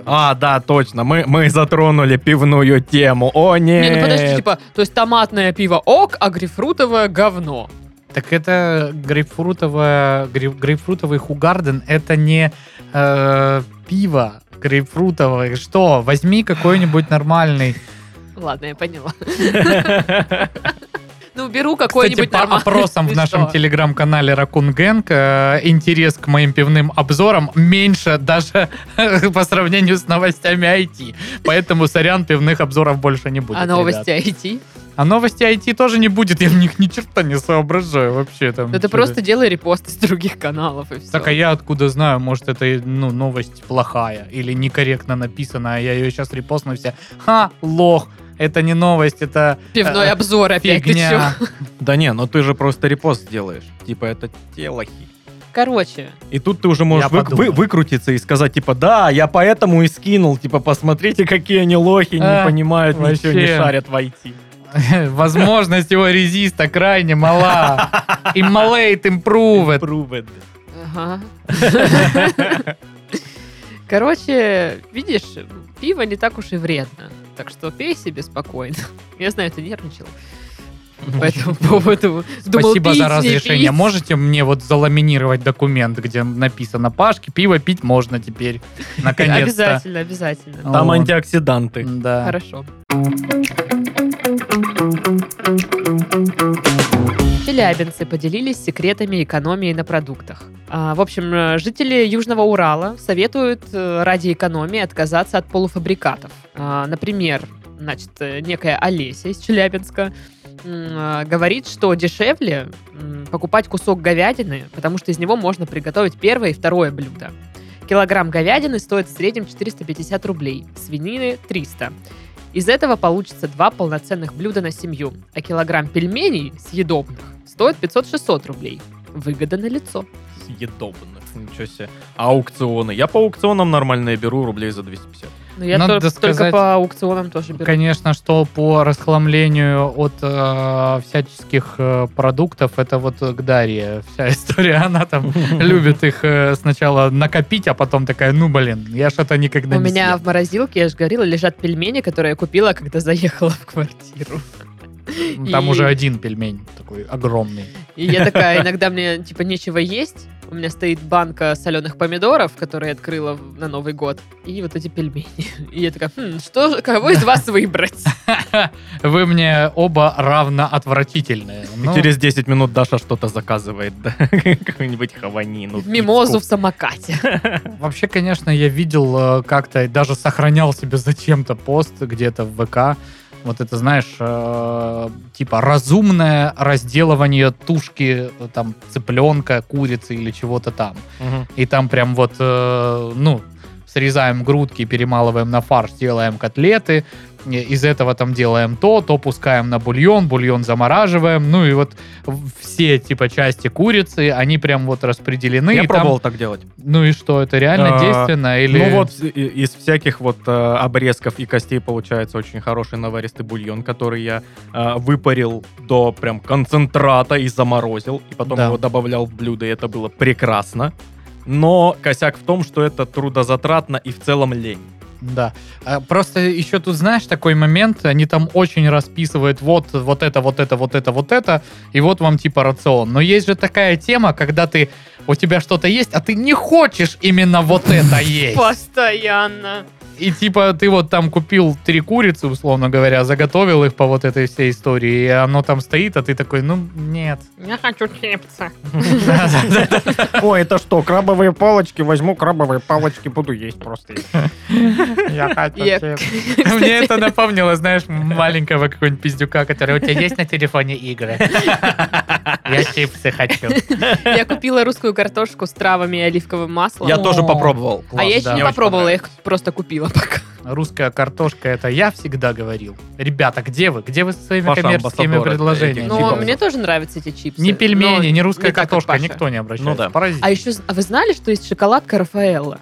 Speaker 3: А, да, точно. Мы, мы затронули пивную тему. О, нет.
Speaker 1: Не, ну подожди, типа, то есть томатное пиво ок, а грейпфрутовое говно.
Speaker 2: Так это грейпфрутовое, грей- грейпфрутовый хугарден, это не э, пиво грейпфрутовое. Что, возьми какой-нибудь нормальный.
Speaker 1: Ладно, я поняла. Ну, беру какой-нибудь
Speaker 2: Кстати, по
Speaker 1: нормальный.
Speaker 2: опросам в
Speaker 1: Ты
Speaker 2: нашем
Speaker 1: что?
Speaker 2: телеграм-канале Ракун Гэнг э, интерес к моим пивным обзорам меньше даже по сравнению с новостями IT. Поэтому, сорян, пивных обзоров больше не будет.
Speaker 1: А
Speaker 2: ребят.
Speaker 1: новости IT?
Speaker 2: А новости IT тоже не будет, я в них ни черта не соображаю вообще. Там,
Speaker 1: Да ты
Speaker 2: что-то.
Speaker 1: просто делай репосты с других каналов и все.
Speaker 2: Так, а я откуда знаю, может, это ну, новость плохая или некорректно написана, а я ее сейчас репостну и все. Ха, лох, это не новость, это
Speaker 1: Пивной
Speaker 2: э,
Speaker 1: обзор опять, ты чё?
Speaker 2: фигня.
Speaker 3: Да не, но ты же просто репост делаешь. Типа, это телохи.
Speaker 1: Короче,
Speaker 3: И тут ты уже можешь
Speaker 2: Я
Speaker 3: вык- вы-
Speaker 2: подумаю.
Speaker 3: выкрутиться и сказать, типа, да, я поэтому и скинул. Типа, посмотрите, какие они лохи, не
Speaker 2: А,
Speaker 3: понимают ничего, не
Speaker 2: вообще.
Speaker 3: шарят войти.
Speaker 2: Возможность его резиста крайне мала. Immolate improved.
Speaker 1: Ага. Короче, видишь, пиво не так уж и вредно. Так что пей себе спокойно. Я знаю, ты нервничал. По этому поводу. Думал,
Speaker 2: Спасибо
Speaker 1: пить,
Speaker 2: за
Speaker 1: не
Speaker 2: разрешение.
Speaker 1: пить.
Speaker 2: Можете мне вот заламинировать документ, где написано Пашки, пиво пить можно теперь. Наконец-то.
Speaker 1: Обязательно, обязательно.
Speaker 3: Там
Speaker 2: Вот.
Speaker 3: антиоксиданты.
Speaker 2: Да.
Speaker 1: Хорошо. Челябинцы поделились секретами экономии на продуктах. А, В общем, э, жители Южного Урала советуют э, ради экономии отказаться от полуфабрикатов. А, Например, значит, э, некая Олеся из Челябинска м, а, говорит, что дешевле м, покупать кусок говядины, потому что из него можно приготовить первое и второе блюдо. Килограмм говядины стоит в среднем 450 рублей, свинины – 300. Из этого получится два полноценных блюда на семью, а килограмм пельменей съедобных стоит 500-600 рублей. Выгода на лицо.
Speaker 3: Съедобных. Ничего себе. А Аукционы. Я по аукционам нормальные беру рублей за 250.
Speaker 1: Но я
Speaker 2: Надо
Speaker 1: тол- только
Speaker 2: сказать-
Speaker 1: по аукционам тоже беру.
Speaker 2: Конечно, что по расхламлению от э, всяческих э, продуктов, это вот к Дарье вся история. Она там любит их э, сначала накопить, а потом такая, ну, блин, я что-то никогда
Speaker 1: У
Speaker 2: не
Speaker 1: меня
Speaker 2: съем».
Speaker 1: в морозилке, я же говорила, лежат пельмени, которые я купила, когда заехала в квартиру.
Speaker 2: Там
Speaker 1: и-
Speaker 2: уже один пельмень такой огромный.
Speaker 1: И я такая, иногда мне, типа, нечего есть. У меня стоит банка соленых помидоров, которые я открыла в- на Новый год. И вот эти пельмени. И я такая, «Хм, что, же- кого из вас выбрать?
Speaker 2: Вы мне оба равно отвратительные. Ну,
Speaker 3: И через 10 минут Даша что-то заказывает. да. Какую-нибудь хаванину.
Speaker 1: Мимозу в
Speaker 3: пиццу.
Speaker 1: самокате.
Speaker 2: Вообще, конечно, я видел э, как-то, даже сохранял себе зачем-то пост где-то в ВК. Вот это, знаешь, э, типа разумное разделывание тушки, э, там, цыпленка, курицы или чего-то там.
Speaker 3: Мгм.
Speaker 2: И там прям вот, э, ну, срезаем грудки, перемалываем на фарш, делаем котлеты, э, из этого там делаем то, то пускаем на бульон, бульон замораживаем, ну и вот в- все, типа, части курицы, они прям вот распределены.
Speaker 3: Я
Speaker 2: и там-
Speaker 3: пробовал так делать.
Speaker 2: ну и что, это реально
Speaker 3: А,
Speaker 2: действенно? Или...
Speaker 3: Ну вот и- из всяких вот э, обрезков и костей получается очень хороший наваристый бульон, который я э, выпарил до прям концентрата и заморозил, и потом
Speaker 2: Да.
Speaker 3: его добавлял в блюдо, и это было прекрасно. Но косяк в том, что это трудозатратно и в целом лень.
Speaker 2: Да. А Просто еще тут, знаешь, такой момент, они там очень расписывают вот, вот это, вот это, вот это, вот это, и вот вам типа рацион. Но есть же такая тема, когда ты, у тебя что-то есть, а ты не хочешь именно вот это есть.
Speaker 1: Постоянно.
Speaker 2: И типа ты вот там купил три курицы, условно говоря, заготовил их по вот этой всей истории, и оно там стоит, а ты такой, ну нет.
Speaker 1: Я хочу чипсы.
Speaker 4: Ой, это что, крабовые палочки? Возьму крабовые палочки, буду есть просто. их. Я хочу
Speaker 1: Я-
Speaker 4: чипсы.
Speaker 2: Мне это напомнило, знаешь, маленького какого-нибудь пиздюка, который у тебя есть на телефоне игры. Я чипсы хочу.
Speaker 1: Я купила русскую картошку с травами и оливковым маслом.
Speaker 3: Я
Speaker 2: О.
Speaker 3: тоже попробовал.
Speaker 1: А я еще
Speaker 2: да.
Speaker 1: не
Speaker 2: Мне очень
Speaker 1: попробовала, я их просто купила пока.
Speaker 2: Русская картошка, это я всегда говорил. Ребята, где вы? Где вы со своими
Speaker 3: Ваши
Speaker 2: коммерческими
Speaker 3: амбассадоры
Speaker 2: предложениями?
Speaker 3: этих
Speaker 1: Но
Speaker 3: чипсов.
Speaker 1: Ну, мне тоже нравятся эти чипсы.
Speaker 2: Ни пельмени,
Speaker 1: Но
Speaker 2: ни русская
Speaker 1: не так, как
Speaker 2: картошка,
Speaker 1: Паша.
Speaker 2: никто не обращается.
Speaker 3: Ну да.
Speaker 2: Паразит.
Speaker 1: А еще, з- а вы знали, что есть шоколадка Рафаэлла?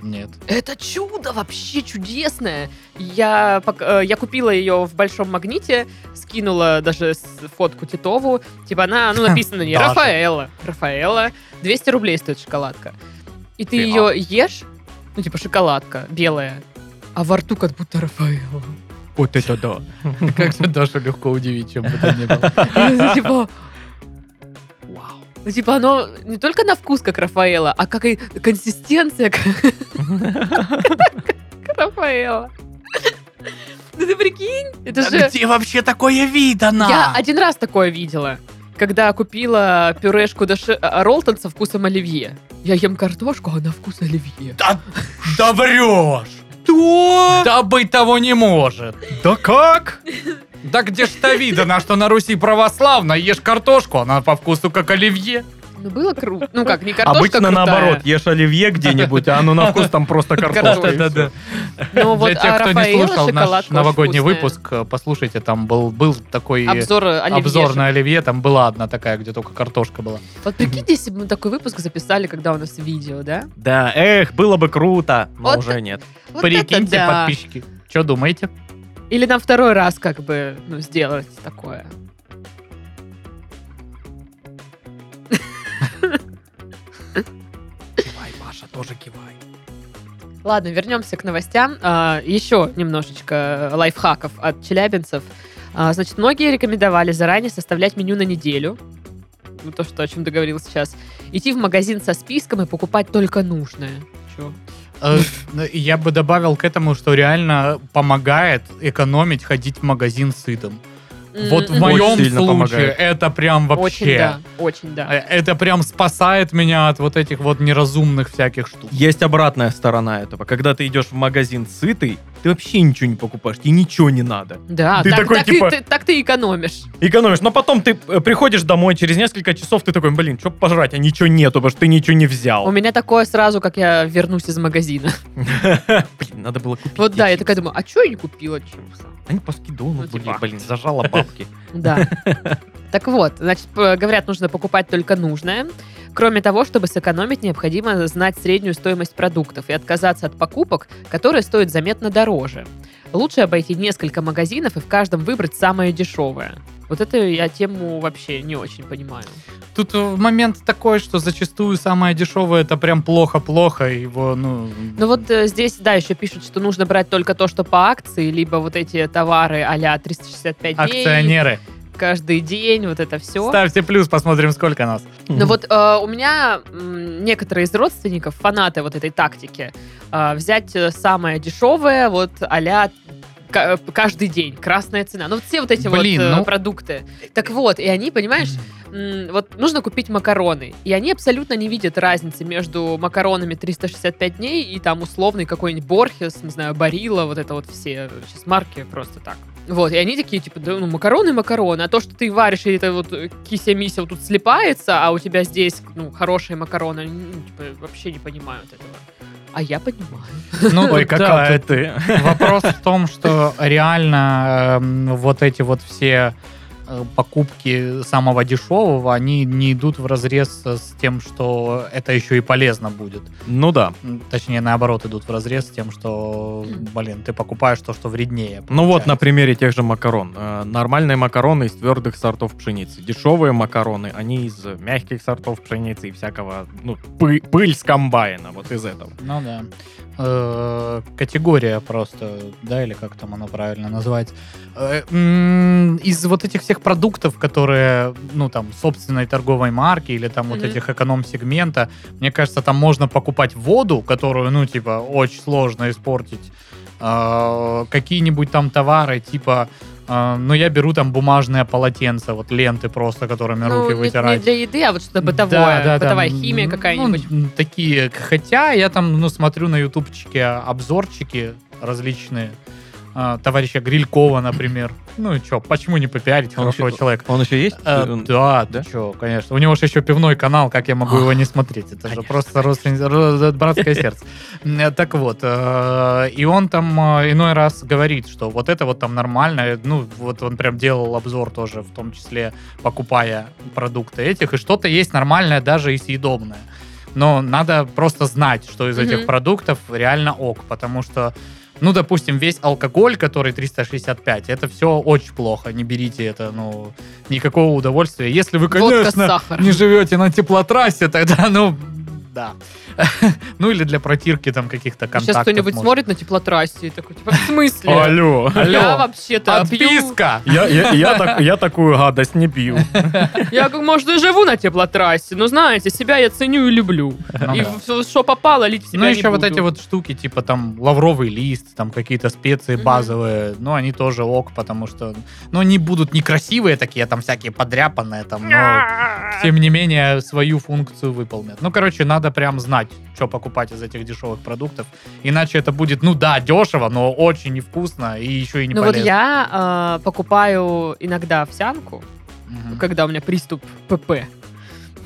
Speaker 2: Нет.
Speaker 1: Это чудо вообще чудесное. Я, пок- э, я купила ее в большом магните, скинула даже с- фотку Титову. Типа она, ну, написано не
Speaker 2: Даже.
Speaker 1: Рафаэла. Рафаэла. 200 рублей стоит шоколадка. И ты
Speaker 3: Фига.
Speaker 1: ее ешь, ну, типа шоколадка белая, а во рту как будто Рафаэла.
Speaker 2: Вот это да. Как же Дашу легко удивить, чем бы то ни было.
Speaker 1: Ну, Типа, вау. Ну, типа, оно не только на вкус, как Рафаэла, а как и консистенция, как как Рафаэла. Ну ты прикинь, это же...
Speaker 2: Где вообще такое видано?
Speaker 1: Я один раз такое видела, когда купила пюрешку доши- а, Ролтон со вкусом оливье. Я ем картошку, а на вкус оливье.
Speaker 2: Да врешь!
Speaker 3: Что?
Speaker 2: Да быть того не может.
Speaker 3: Да как?
Speaker 2: Да где ж то видано, что на Руси православно ешь картошку, она по вкусу как оливье.
Speaker 1: Ну было круто. Ну как, не картошка
Speaker 3: Обычно
Speaker 1: крутая,
Speaker 3: наоборот, ешь оливье где-нибудь, а оно на вкус там просто картошка. и всё.
Speaker 1: Но вот
Speaker 2: Для тех,
Speaker 1: а
Speaker 2: кто не
Speaker 1: Рафаэлла
Speaker 2: слушал наш
Speaker 1: шоколадка
Speaker 2: новогодний
Speaker 1: вкусная.
Speaker 2: выпуск, э, послушайте, там был, был такой э,
Speaker 1: Обзор оливье.
Speaker 2: обзор на оливье, там была одна такая, где только картошка была.
Speaker 1: Вот прикинь, если бы мы такой выпуск записали, когда у нас видео, да?
Speaker 3: Да, эх, было бы круто, но
Speaker 1: Вот
Speaker 3: уже нет.
Speaker 1: Вот это
Speaker 2: Прикиньте,
Speaker 1: да.
Speaker 2: подписчики, что думаете?
Speaker 1: Или нам второй раз как бы ну, сделать такое.
Speaker 3: Кивай, Паша, тоже кивай.
Speaker 1: Ладно, вернемся к новостям. А, еще немножечко лайфхаков от челябинцев. А, значит, многие рекомендовали заранее составлять меню на неделю. Ну, то, что, о чем договорил сейчас. Идти в магазин со списком и покупать только нужное. Чё?
Speaker 2: Э, Я бы добавил к этому, что реально помогает экономить ходить в магазин сытым. Вот в
Speaker 1: М-м-м.
Speaker 2: моем
Speaker 3: сильно
Speaker 2: случае
Speaker 3: помогает.
Speaker 2: это прям
Speaker 1: Очень
Speaker 2: вообще...
Speaker 1: да, очень да.
Speaker 2: Э, Это прям спасает меня от вот этих вот неразумных всяких штук.
Speaker 3: Есть обратная сторона этого. Когда ты идешь в магазин сытый, ты вообще ничего не покупаешь, тебе ничего не надо.
Speaker 1: Да,
Speaker 3: Ты
Speaker 1: так,
Speaker 3: такой,
Speaker 1: так и-
Speaker 3: типа-
Speaker 1: ты- так ты экономишь.
Speaker 3: Экономишь, но потом ты э, приходишь домой, через несколько часов ты такой, блин, что пожрать, а ничего нету, потому что ты ничего не
Speaker 1: У
Speaker 3: взял.
Speaker 1: меня такое сразу, как я вернусь из магазина.
Speaker 3: Блин, надо было купить.
Speaker 1: Вот да, я
Speaker 3: эти
Speaker 1: такая думаю, а чё я не купила чипсы?
Speaker 3: Они по
Speaker 1: Ну,
Speaker 3: скидону были,
Speaker 1: типа.
Speaker 3: блин, зажала бабки.
Speaker 1: Да. Так вот, значит, п- говорят, нужно покупать только нужное. Кроме того, чтобы сэкономить, необходимо знать среднюю стоимость продуктов и отказаться от покупок, которые стоят заметно дороже. Лучше обойти несколько магазинов и в каждом выбрать самое дешевое. Вот это я тему вообще не очень понимаю.
Speaker 2: Тут э, момент такой, что зачастую самое дешевое это прям плохо-плохо, его, ну...
Speaker 1: Ну вот э, здесь, да, еще пишут, что нужно брать только то, что по акции, либо вот эти товары а-ля 365 дней,
Speaker 2: Акционеры.
Speaker 1: каждый день, вот это все.
Speaker 2: Ставьте плюс, посмотрим, сколько нас.
Speaker 1: Ну вот э, у меня м, некоторые из родственников, фанаты вот этой тактики, э, взять э, самое дешевое, вот а-ля ка- э, каждый день, красная цена. Ну вот все вот эти
Speaker 2: Блин,
Speaker 1: вот э,
Speaker 2: ну-
Speaker 1: продукты. Так вот, и они, понимаешь, м, вот нужно купить макароны. И они абсолютно не видят разницы между макаронами 365 дней и там условный какой-нибудь Борхес, не знаю, Барилла, вот это вот все э, сейчас марки просто так. Вот, и они такие, типа, да, ну, макароны, макароны, а то, что ты варишь, и это вот э, кися-мися вот тут слипается, а у тебя здесь, ну, хорошие макароны, они, ну, типа, вообще не понимают этого. А я понимаю.
Speaker 2: Ну,
Speaker 3: Ой,
Speaker 2: тут, да,
Speaker 3: какая
Speaker 2: тут
Speaker 3: ты.
Speaker 2: Вопрос в том, что реально эм, вот эти вот все э, покупки самого дешевого, они не идут в разрез с тем, что это еще и полезно будет.
Speaker 3: Ну да.
Speaker 2: М, Точнее, наоборот, идут в разрез с тем, что, блин, ты покупаешь то, что вреднее.
Speaker 3: Ну вот на
Speaker 2: получается.
Speaker 3: примере тех же макарон. Э, Нормальные макароны из твердых сортов пшеницы. Дешевые макароны, они из мягких сортов пшеницы и всякого, ну, пы- пыль с комбайна, вот из этого.
Speaker 2: Ну да. э, категория просто, да, или как там она правильно назвать. Э, м, Из вот этих всех продуктов, которые, ну, там, собственной торговой марки или там вот
Speaker 1: Мгм.
Speaker 2: этих эконом-сегмента, мне кажется, там можно покупать воду, которую, ну, типа, очень сложно испортить. Э, Какие-нибудь там товары, типа, э, ну, я беру там бумажное полотенце, вот ленты просто, которыми
Speaker 1: Ну,
Speaker 2: руки
Speaker 1: не-
Speaker 2: вытирать.
Speaker 1: Не для еды, а вот что-то бытовое.
Speaker 2: Да, да, да.
Speaker 1: бытовая химия
Speaker 2: Ну,
Speaker 1: какая-нибудь.
Speaker 2: м, такие. Хотя я там, ну, смотрю на ютубчике обзорчики различные. А, товарища Грилькова, например. Ну и чё, почему не попиарить
Speaker 3: Он
Speaker 2: хорошего
Speaker 3: еще-
Speaker 2: человека?
Speaker 3: Он еще есть?
Speaker 2: Э,
Speaker 3: Он-
Speaker 2: да,
Speaker 3: да?
Speaker 2: ты чё, конечно. У него же еще пивной канал, как я могу его не смотреть? Это же просто родственница- ро- братское сердце. Э, Так вот, э, и он там э, иной раз говорит, что вот это вот там нормально. Э, Ну, вот он прям делал обзор тоже, в том числе покупая продукты этих, и что-то есть нормальное, даже и съедобное. Но надо просто знать, что из этих
Speaker 1: Мгм.
Speaker 2: продуктов реально ок, потому что, ну, допустим, весь алкоголь, который 365, это все очень плохо, не берите это, ну, никакого удовольствия. Если вы,
Speaker 1: Водка с
Speaker 2: Ну, конечно,
Speaker 1: сахаром.
Speaker 2: не живете на теплотрассе, тогда, ну, да. Ну, или для протирки там каких-то контактов.
Speaker 1: Сейчас кто-нибудь
Speaker 2: может.
Speaker 1: смотрит на теплотрассе и такой, типа, в смысле?
Speaker 4: Алло.
Speaker 1: Я
Speaker 2: алло,
Speaker 1: вообще-то пью.
Speaker 2: Подписка!
Speaker 4: Я, я, я, так, я такую гадость не пью.
Speaker 1: Я, как может, и живу на теплотрассе, но знаете, себя я ценю и люблю.
Speaker 2: Ну
Speaker 1: И
Speaker 2: да.
Speaker 1: все, что попало, лить в себя
Speaker 2: Ну,
Speaker 1: не
Speaker 2: еще вот
Speaker 1: буду.
Speaker 2: эти вот штуки, типа там лавровый лист, там какие-то специи
Speaker 1: Мгм.
Speaker 2: базовые, ну, они тоже ок, потому что, ну, они будут некрасивые такие, там всякие подряпанные, там, но, тем не менее, свою функцию выполнят. Ну, короче, надо прям знать, что покупать из этих дешевых продуктов, иначе это будет, ну, да, дешево, но очень невкусно и еще и не
Speaker 1: Ну вот
Speaker 2: полезно. а,
Speaker 1: я э, покупаю иногда овсянку,
Speaker 2: Мгм.
Speaker 1: когда у меня приступ ПП.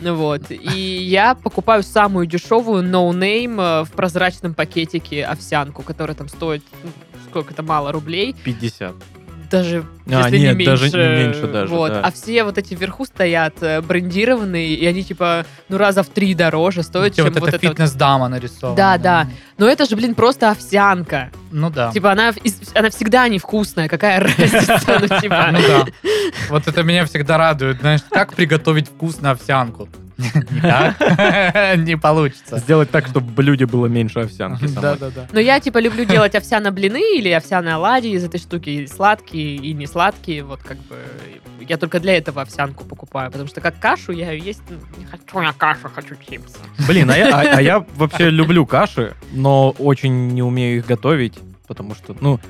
Speaker 1: Ну Вот. И я покупаю самую дешевую ноунейм э, в прозрачном пакетике овсянку, которая там стоит ну, сколько-то мало рублей.
Speaker 3: 50.
Speaker 1: Даже
Speaker 3: А,
Speaker 1: если
Speaker 3: нет,
Speaker 1: не
Speaker 3: даже
Speaker 1: меньше.
Speaker 3: не меньше даже,
Speaker 1: Вот.
Speaker 3: да.
Speaker 1: А все вот эти вверху стоят э, брендированные, и они типа ну раза в три дороже стоят,
Speaker 2: Где
Speaker 1: чем
Speaker 2: вот
Speaker 1: вот
Speaker 2: эта
Speaker 1: это. вот.
Speaker 2: фитнес-дама нарисована.
Speaker 1: Да, да. Но это же, блин, просто овсянка.
Speaker 2: Ну да.
Speaker 1: Типа она, в- из- она всегда невкусная, какая разница, ну типа.
Speaker 2: Ну да. Вот это меня всегда радует. Знаешь, как приготовить вкусную овсянку? Никак. Не получится.
Speaker 4: Сделать так, чтобы
Speaker 3: Чтобы в блюде было меньше овсянки самой.
Speaker 2: Да-да-да.
Speaker 1: Но я, типа, люблю делать овсяно блины или овсяные оладьи из этой штуки, и сладкие, и не сладкие, вот как бы... Я только для этого овсянку покупаю, потому что как кашу я ее есть ну, не хочу я кашу, хочу чипсы.
Speaker 3: Блин, а я, а- а я вообще люблю каши, но очень не умею их готовить, потому что, ну,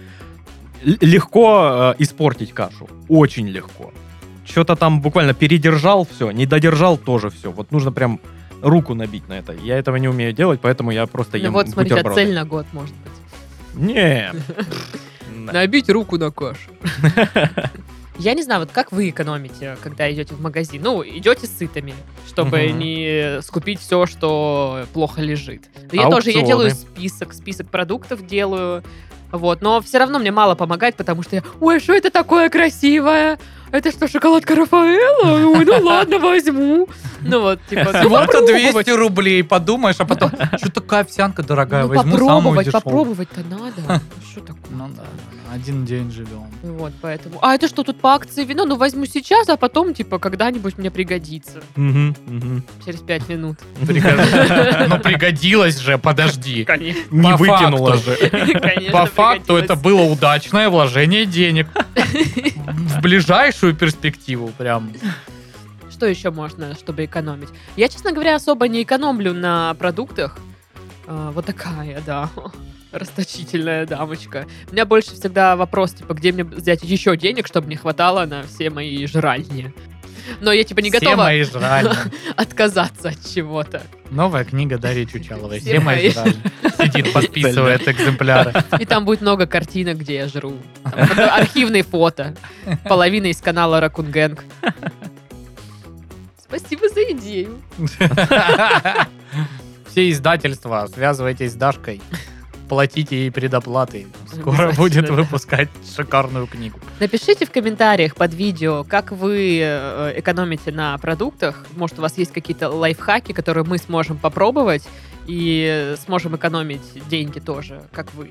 Speaker 3: л- легко э, испортить кашу. Очень легко. Что-то там буквально передержал все, не додержал тоже все. Вот нужно прям руку набить на это. Я этого не умею делать, поэтому я просто
Speaker 1: Ну
Speaker 3: ем
Speaker 1: вот, смотри, у тебя
Speaker 3: бутерброды.
Speaker 1: цель на год, может быть.
Speaker 3: Не. Да.
Speaker 1: Набить руку на кашу. Я не знаю, вот как вы экономите, когда идете в магазин? Ну, идете сытыми, чтобы
Speaker 3: Мгм.
Speaker 1: не скупить все, что плохо лежит. Я тоже, я
Speaker 3: Аукционы.
Speaker 1: делаю список, список продуктов делаю, вот, но все равно мне мало помогает, потому что я, ой, что это такое красивое? Это что, шоколадка Рафаэла? Ой, ну ладно, возьму. Ну вот, типа, ну
Speaker 2: Всего-то
Speaker 1: попробовать.
Speaker 2: 200 А рублей, подумаешь, а потом, что такая овсянка дорогая,
Speaker 1: Ну
Speaker 2: возьму самую
Speaker 1: попробовать,
Speaker 2: дешевую.
Speaker 1: попробовать-то надо. Что такое?
Speaker 2: Ну да, один день живем.
Speaker 1: Вот, поэтому. А это что тут по акции вино? Ну возьму сейчас, а потом, типа, когда-нибудь мне пригодится.
Speaker 3: Мгм, мгм.
Speaker 1: Через пять минут.
Speaker 2: Пригодилось. Ну пригодилось же, подожди.
Speaker 1: Конечно.
Speaker 3: Не
Speaker 2: По
Speaker 3: выкинула
Speaker 2: факту.
Speaker 3: же.
Speaker 2: По факту это было удачное вложение денег. В ближайшую перспективу прям.
Speaker 1: Типа Что еще можно, чтобы экономить? Я, честно говоря, особо не экономлю на продуктах. А, вот такая, да. Расточительная дамочка. У меня больше всегда вопрос, типа, где мне взять еще денег, чтобы не хватало на все мои жральни. Но я, типа, не
Speaker 2: Все
Speaker 1: готова
Speaker 2: мои жральни.
Speaker 1: отказаться от чего-то.
Speaker 2: Новая книга Дарьи Чучаловой.
Speaker 1: Все
Speaker 2: Все мои
Speaker 1: мои.
Speaker 2: жральни. Сидит, подписывает экземпляры.
Speaker 1: И там будет много картинок, где я жру. Там фото- Архивные фото. Половина из канала Ракунгэнг. Спасибо за идею.
Speaker 2: Все издательства, связывайтесь с Дашкой. Платите ей предоплаты. Скоро
Speaker 1: Обязательно,
Speaker 2: будет
Speaker 1: да.
Speaker 2: выпускать шикарную книгу.
Speaker 1: Напишите в комментариях под видео, как вы э, экономите на продуктах. Может, у вас есть какие-то лайфхаки, которые мы сможем попробовать и сможем экономить деньги тоже, как вы.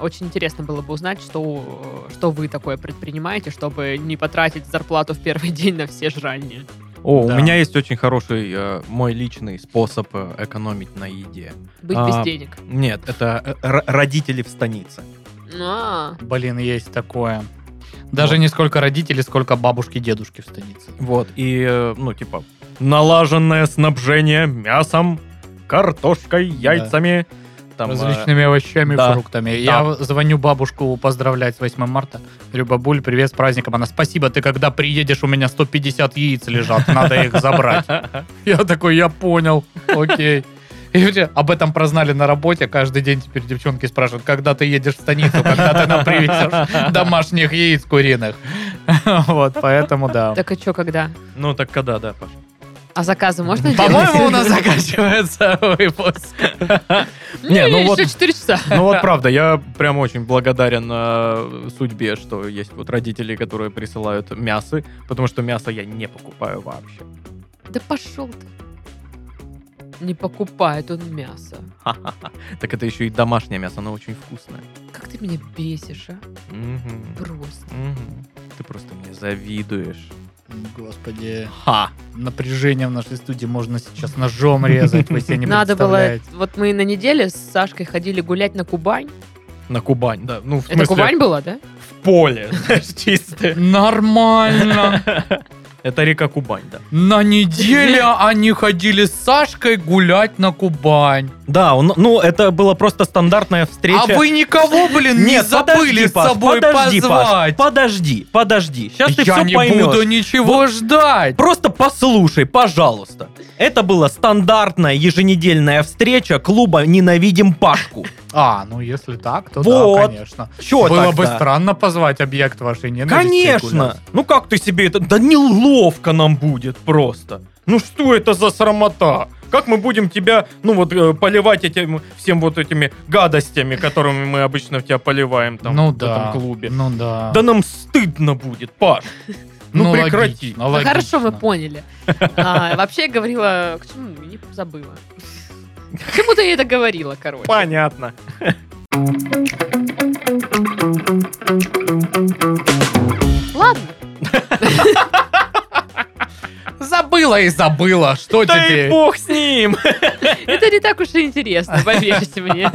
Speaker 1: Очень интересно было бы узнать, э, что, что вы такое предпринимаете, чтобы не потратить зарплату в первый день на все жральни.
Speaker 3: О,
Speaker 2: Да.
Speaker 3: у меня есть очень хороший э, мой личный способ э, экономить на еде.
Speaker 1: Быть
Speaker 3: А.
Speaker 1: без денег.
Speaker 3: Нет, это э, р- родители в станице.
Speaker 1: А,
Speaker 2: Блин, есть такое. Даже
Speaker 3: Вот.
Speaker 2: не сколько родителей, сколько бабушки, дедушки в станице.
Speaker 3: Вот, и, э, ну, типа, налаженное снабжение мясом, картошкой, яйцами, там... э,
Speaker 2: Различными овощами,
Speaker 3: да.
Speaker 2: фруктами. Я звоню бабушку поздравлять с 8 марта. Говорю, бабуль, привет с праздником. Она, спасибо, ты когда приедешь, у меня 150 яиц лежат, надо их забрать. Я такой, я понял, окей. И вообще, об этом прознали на работе. Каждый день теперь девчонки спрашивают, когда ты едешь в станицу, когда ты нам привезешь домашних яиц куриных. Вот, поэтому да.
Speaker 1: так а что когда?
Speaker 3: Ну, так когда, да, Паш?
Speaker 1: А заказы можно делать?
Speaker 2: По-моему, у нас заканчивается выпуск.
Speaker 3: Не, ну
Speaker 1: еще
Speaker 3: вот-
Speaker 1: 4 часа.
Speaker 3: Ну вот правда, я прям очень благодарен э, судьбе, что есть вот родители, которые присылают мясы, потому что мясо я не покупаю вообще.
Speaker 1: Да пошел ты. Не покупает он мясо.
Speaker 3: Ха-ха-ха. Так это еще и домашнее мясо, оно очень вкусное.
Speaker 1: Как ты меня бесишь, а?
Speaker 3: Мгм.
Speaker 1: Просто.
Speaker 3: Мгм. Ты просто мне завидуешь.
Speaker 2: Господи,
Speaker 3: Ха!
Speaker 2: напряжение в нашей студии можно сейчас ножом резать, вы себе не
Speaker 1: Надо было...
Speaker 2: представляете.
Speaker 1: Вот мы на неделе с Сашкой ходили гулять на Кубань.
Speaker 3: На Кубань, да. Ну, в
Speaker 1: Это
Speaker 3: смысле,
Speaker 1: Кубань была, да?
Speaker 3: в поле, знаешь, чистое.
Speaker 2: Нормально.
Speaker 3: Это река Кубань, да.
Speaker 2: На неделе они ходили с Сашкой гулять на Кубань.
Speaker 3: Да, он- ну, это была просто стандартная встреча.
Speaker 2: А вы никого, блин, не
Speaker 3: Нет,
Speaker 2: забыли
Speaker 3: подожди,
Speaker 2: с
Speaker 3: Паш,
Speaker 2: собой
Speaker 3: подожди, Паш,
Speaker 2: позвать?
Speaker 3: подожди, подожди. Сейчас ты
Speaker 2: Я
Speaker 3: все
Speaker 2: не
Speaker 3: поймешь.
Speaker 2: буду ничего ждать.
Speaker 3: Просто послушай, пожалуйста. Это была стандартная еженедельная встреча клуба «Ненавидим Пашку».
Speaker 2: А, ну если так, то да,
Speaker 3: Вот.
Speaker 2: конечно.
Speaker 3: Чё
Speaker 2: Было
Speaker 3: тогда?
Speaker 2: бы странно позвать объект вашей ненависти.
Speaker 3: Конечно.
Speaker 2: гулять.
Speaker 3: Ну как ты себе это... Да неловко нам будет просто. Ну что это за срамота? Как мы будем тебя, ну вот, э, поливать этим, всем вот этими гадостями, которыми мы обычно в тебя поливаем там
Speaker 2: Ну
Speaker 3: в
Speaker 2: да.
Speaker 3: этом клубе?
Speaker 2: Ну да.
Speaker 3: Да нам стыдно будет, Паш. Ну, прекрати.
Speaker 2: логично,
Speaker 1: Ну,
Speaker 2: логично.
Speaker 1: хорошо, мы поняли. А, вообще я говорила... К чему? Не забыла. К чему-то я это говорила, короче.
Speaker 3: Понятно.
Speaker 1: Ладно.
Speaker 2: Забыла и забыла, что
Speaker 3: Да и
Speaker 2: теперь?
Speaker 3: бог с ним.
Speaker 1: Это не так уж и интересно, поверьте мне.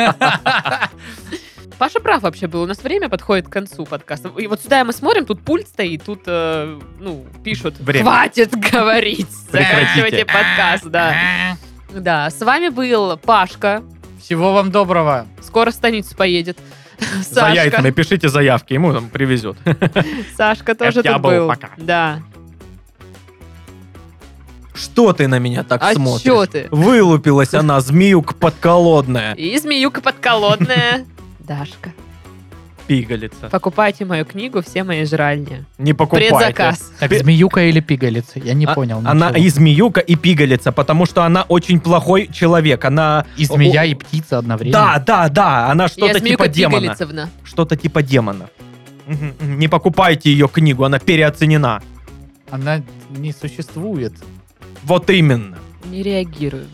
Speaker 1: Паша прав вообще был. У нас время подходит к концу подкаста. И вот сюда мы смотрим, тут пульт стоит, тут, э, ну, пишут.
Speaker 3: Время.
Speaker 1: Хватит говорить. Заканчивайте
Speaker 3: Прекратите.
Speaker 1: подкаст, да. Да, с вами был Пашка.
Speaker 2: Всего вам доброго.
Speaker 1: Скоро в станицу поедет.
Speaker 3: За яйцами
Speaker 1: Сашка.
Speaker 3: пишите заявки, ему там привезет.
Speaker 1: Сашка тоже
Speaker 3: Я
Speaker 1: тут
Speaker 3: был,
Speaker 1: был.
Speaker 3: пока.
Speaker 1: Да.
Speaker 3: Что ты на меня так
Speaker 1: А
Speaker 3: смотришь?
Speaker 1: чё ты?
Speaker 3: Вылупилась она, змеюк подколодная.
Speaker 1: И змеюка подколодная. Дашка.
Speaker 3: Пигалица.
Speaker 1: Покупайте мою книгу «Все мои жральни».
Speaker 3: Не покупайте.
Speaker 1: Предзаказ.
Speaker 2: Так,
Speaker 3: Пе-
Speaker 2: змеюка или пигалица? Я не
Speaker 3: А-
Speaker 2: понял.
Speaker 3: Она
Speaker 2: ничего.
Speaker 3: и змеюка, и пигалица, потому что она очень плохой человек. Она...
Speaker 2: И змея,
Speaker 3: О-
Speaker 2: и птица одновременно.
Speaker 3: Да, да, да, она
Speaker 1: Я
Speaker 3: что-то
Speaker 1: змеюка
Speaker 3: типа демона.
Speaker 1: Пигалицевна.
Speaker 3: Что-то типа демона. Мгм, мгм. Не покупайте ее книгу, она переоценена.
Speaker 2: Она не существует.
Speaker 3: Вот именно.
Speaker 1: Не реагирую.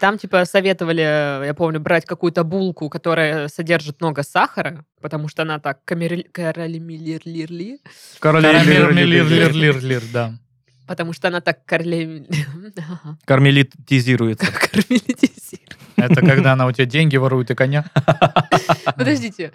Speaker 1: Там, типа, советовали, я помню, брать какую-то булку, которая содержит много сахара, потому что она так камерли- карамелирли,
Speaker 2: Карамель-мелир-лир-лир-лир, да.
Speaker 1: потому что она так карле-
Speaker 3: Кармелитизируется.
Speaker 1: карамелизирует.
Speaker 2: Это когда она у тебя деньги ворует и коня.
Speaker 1: Подождите.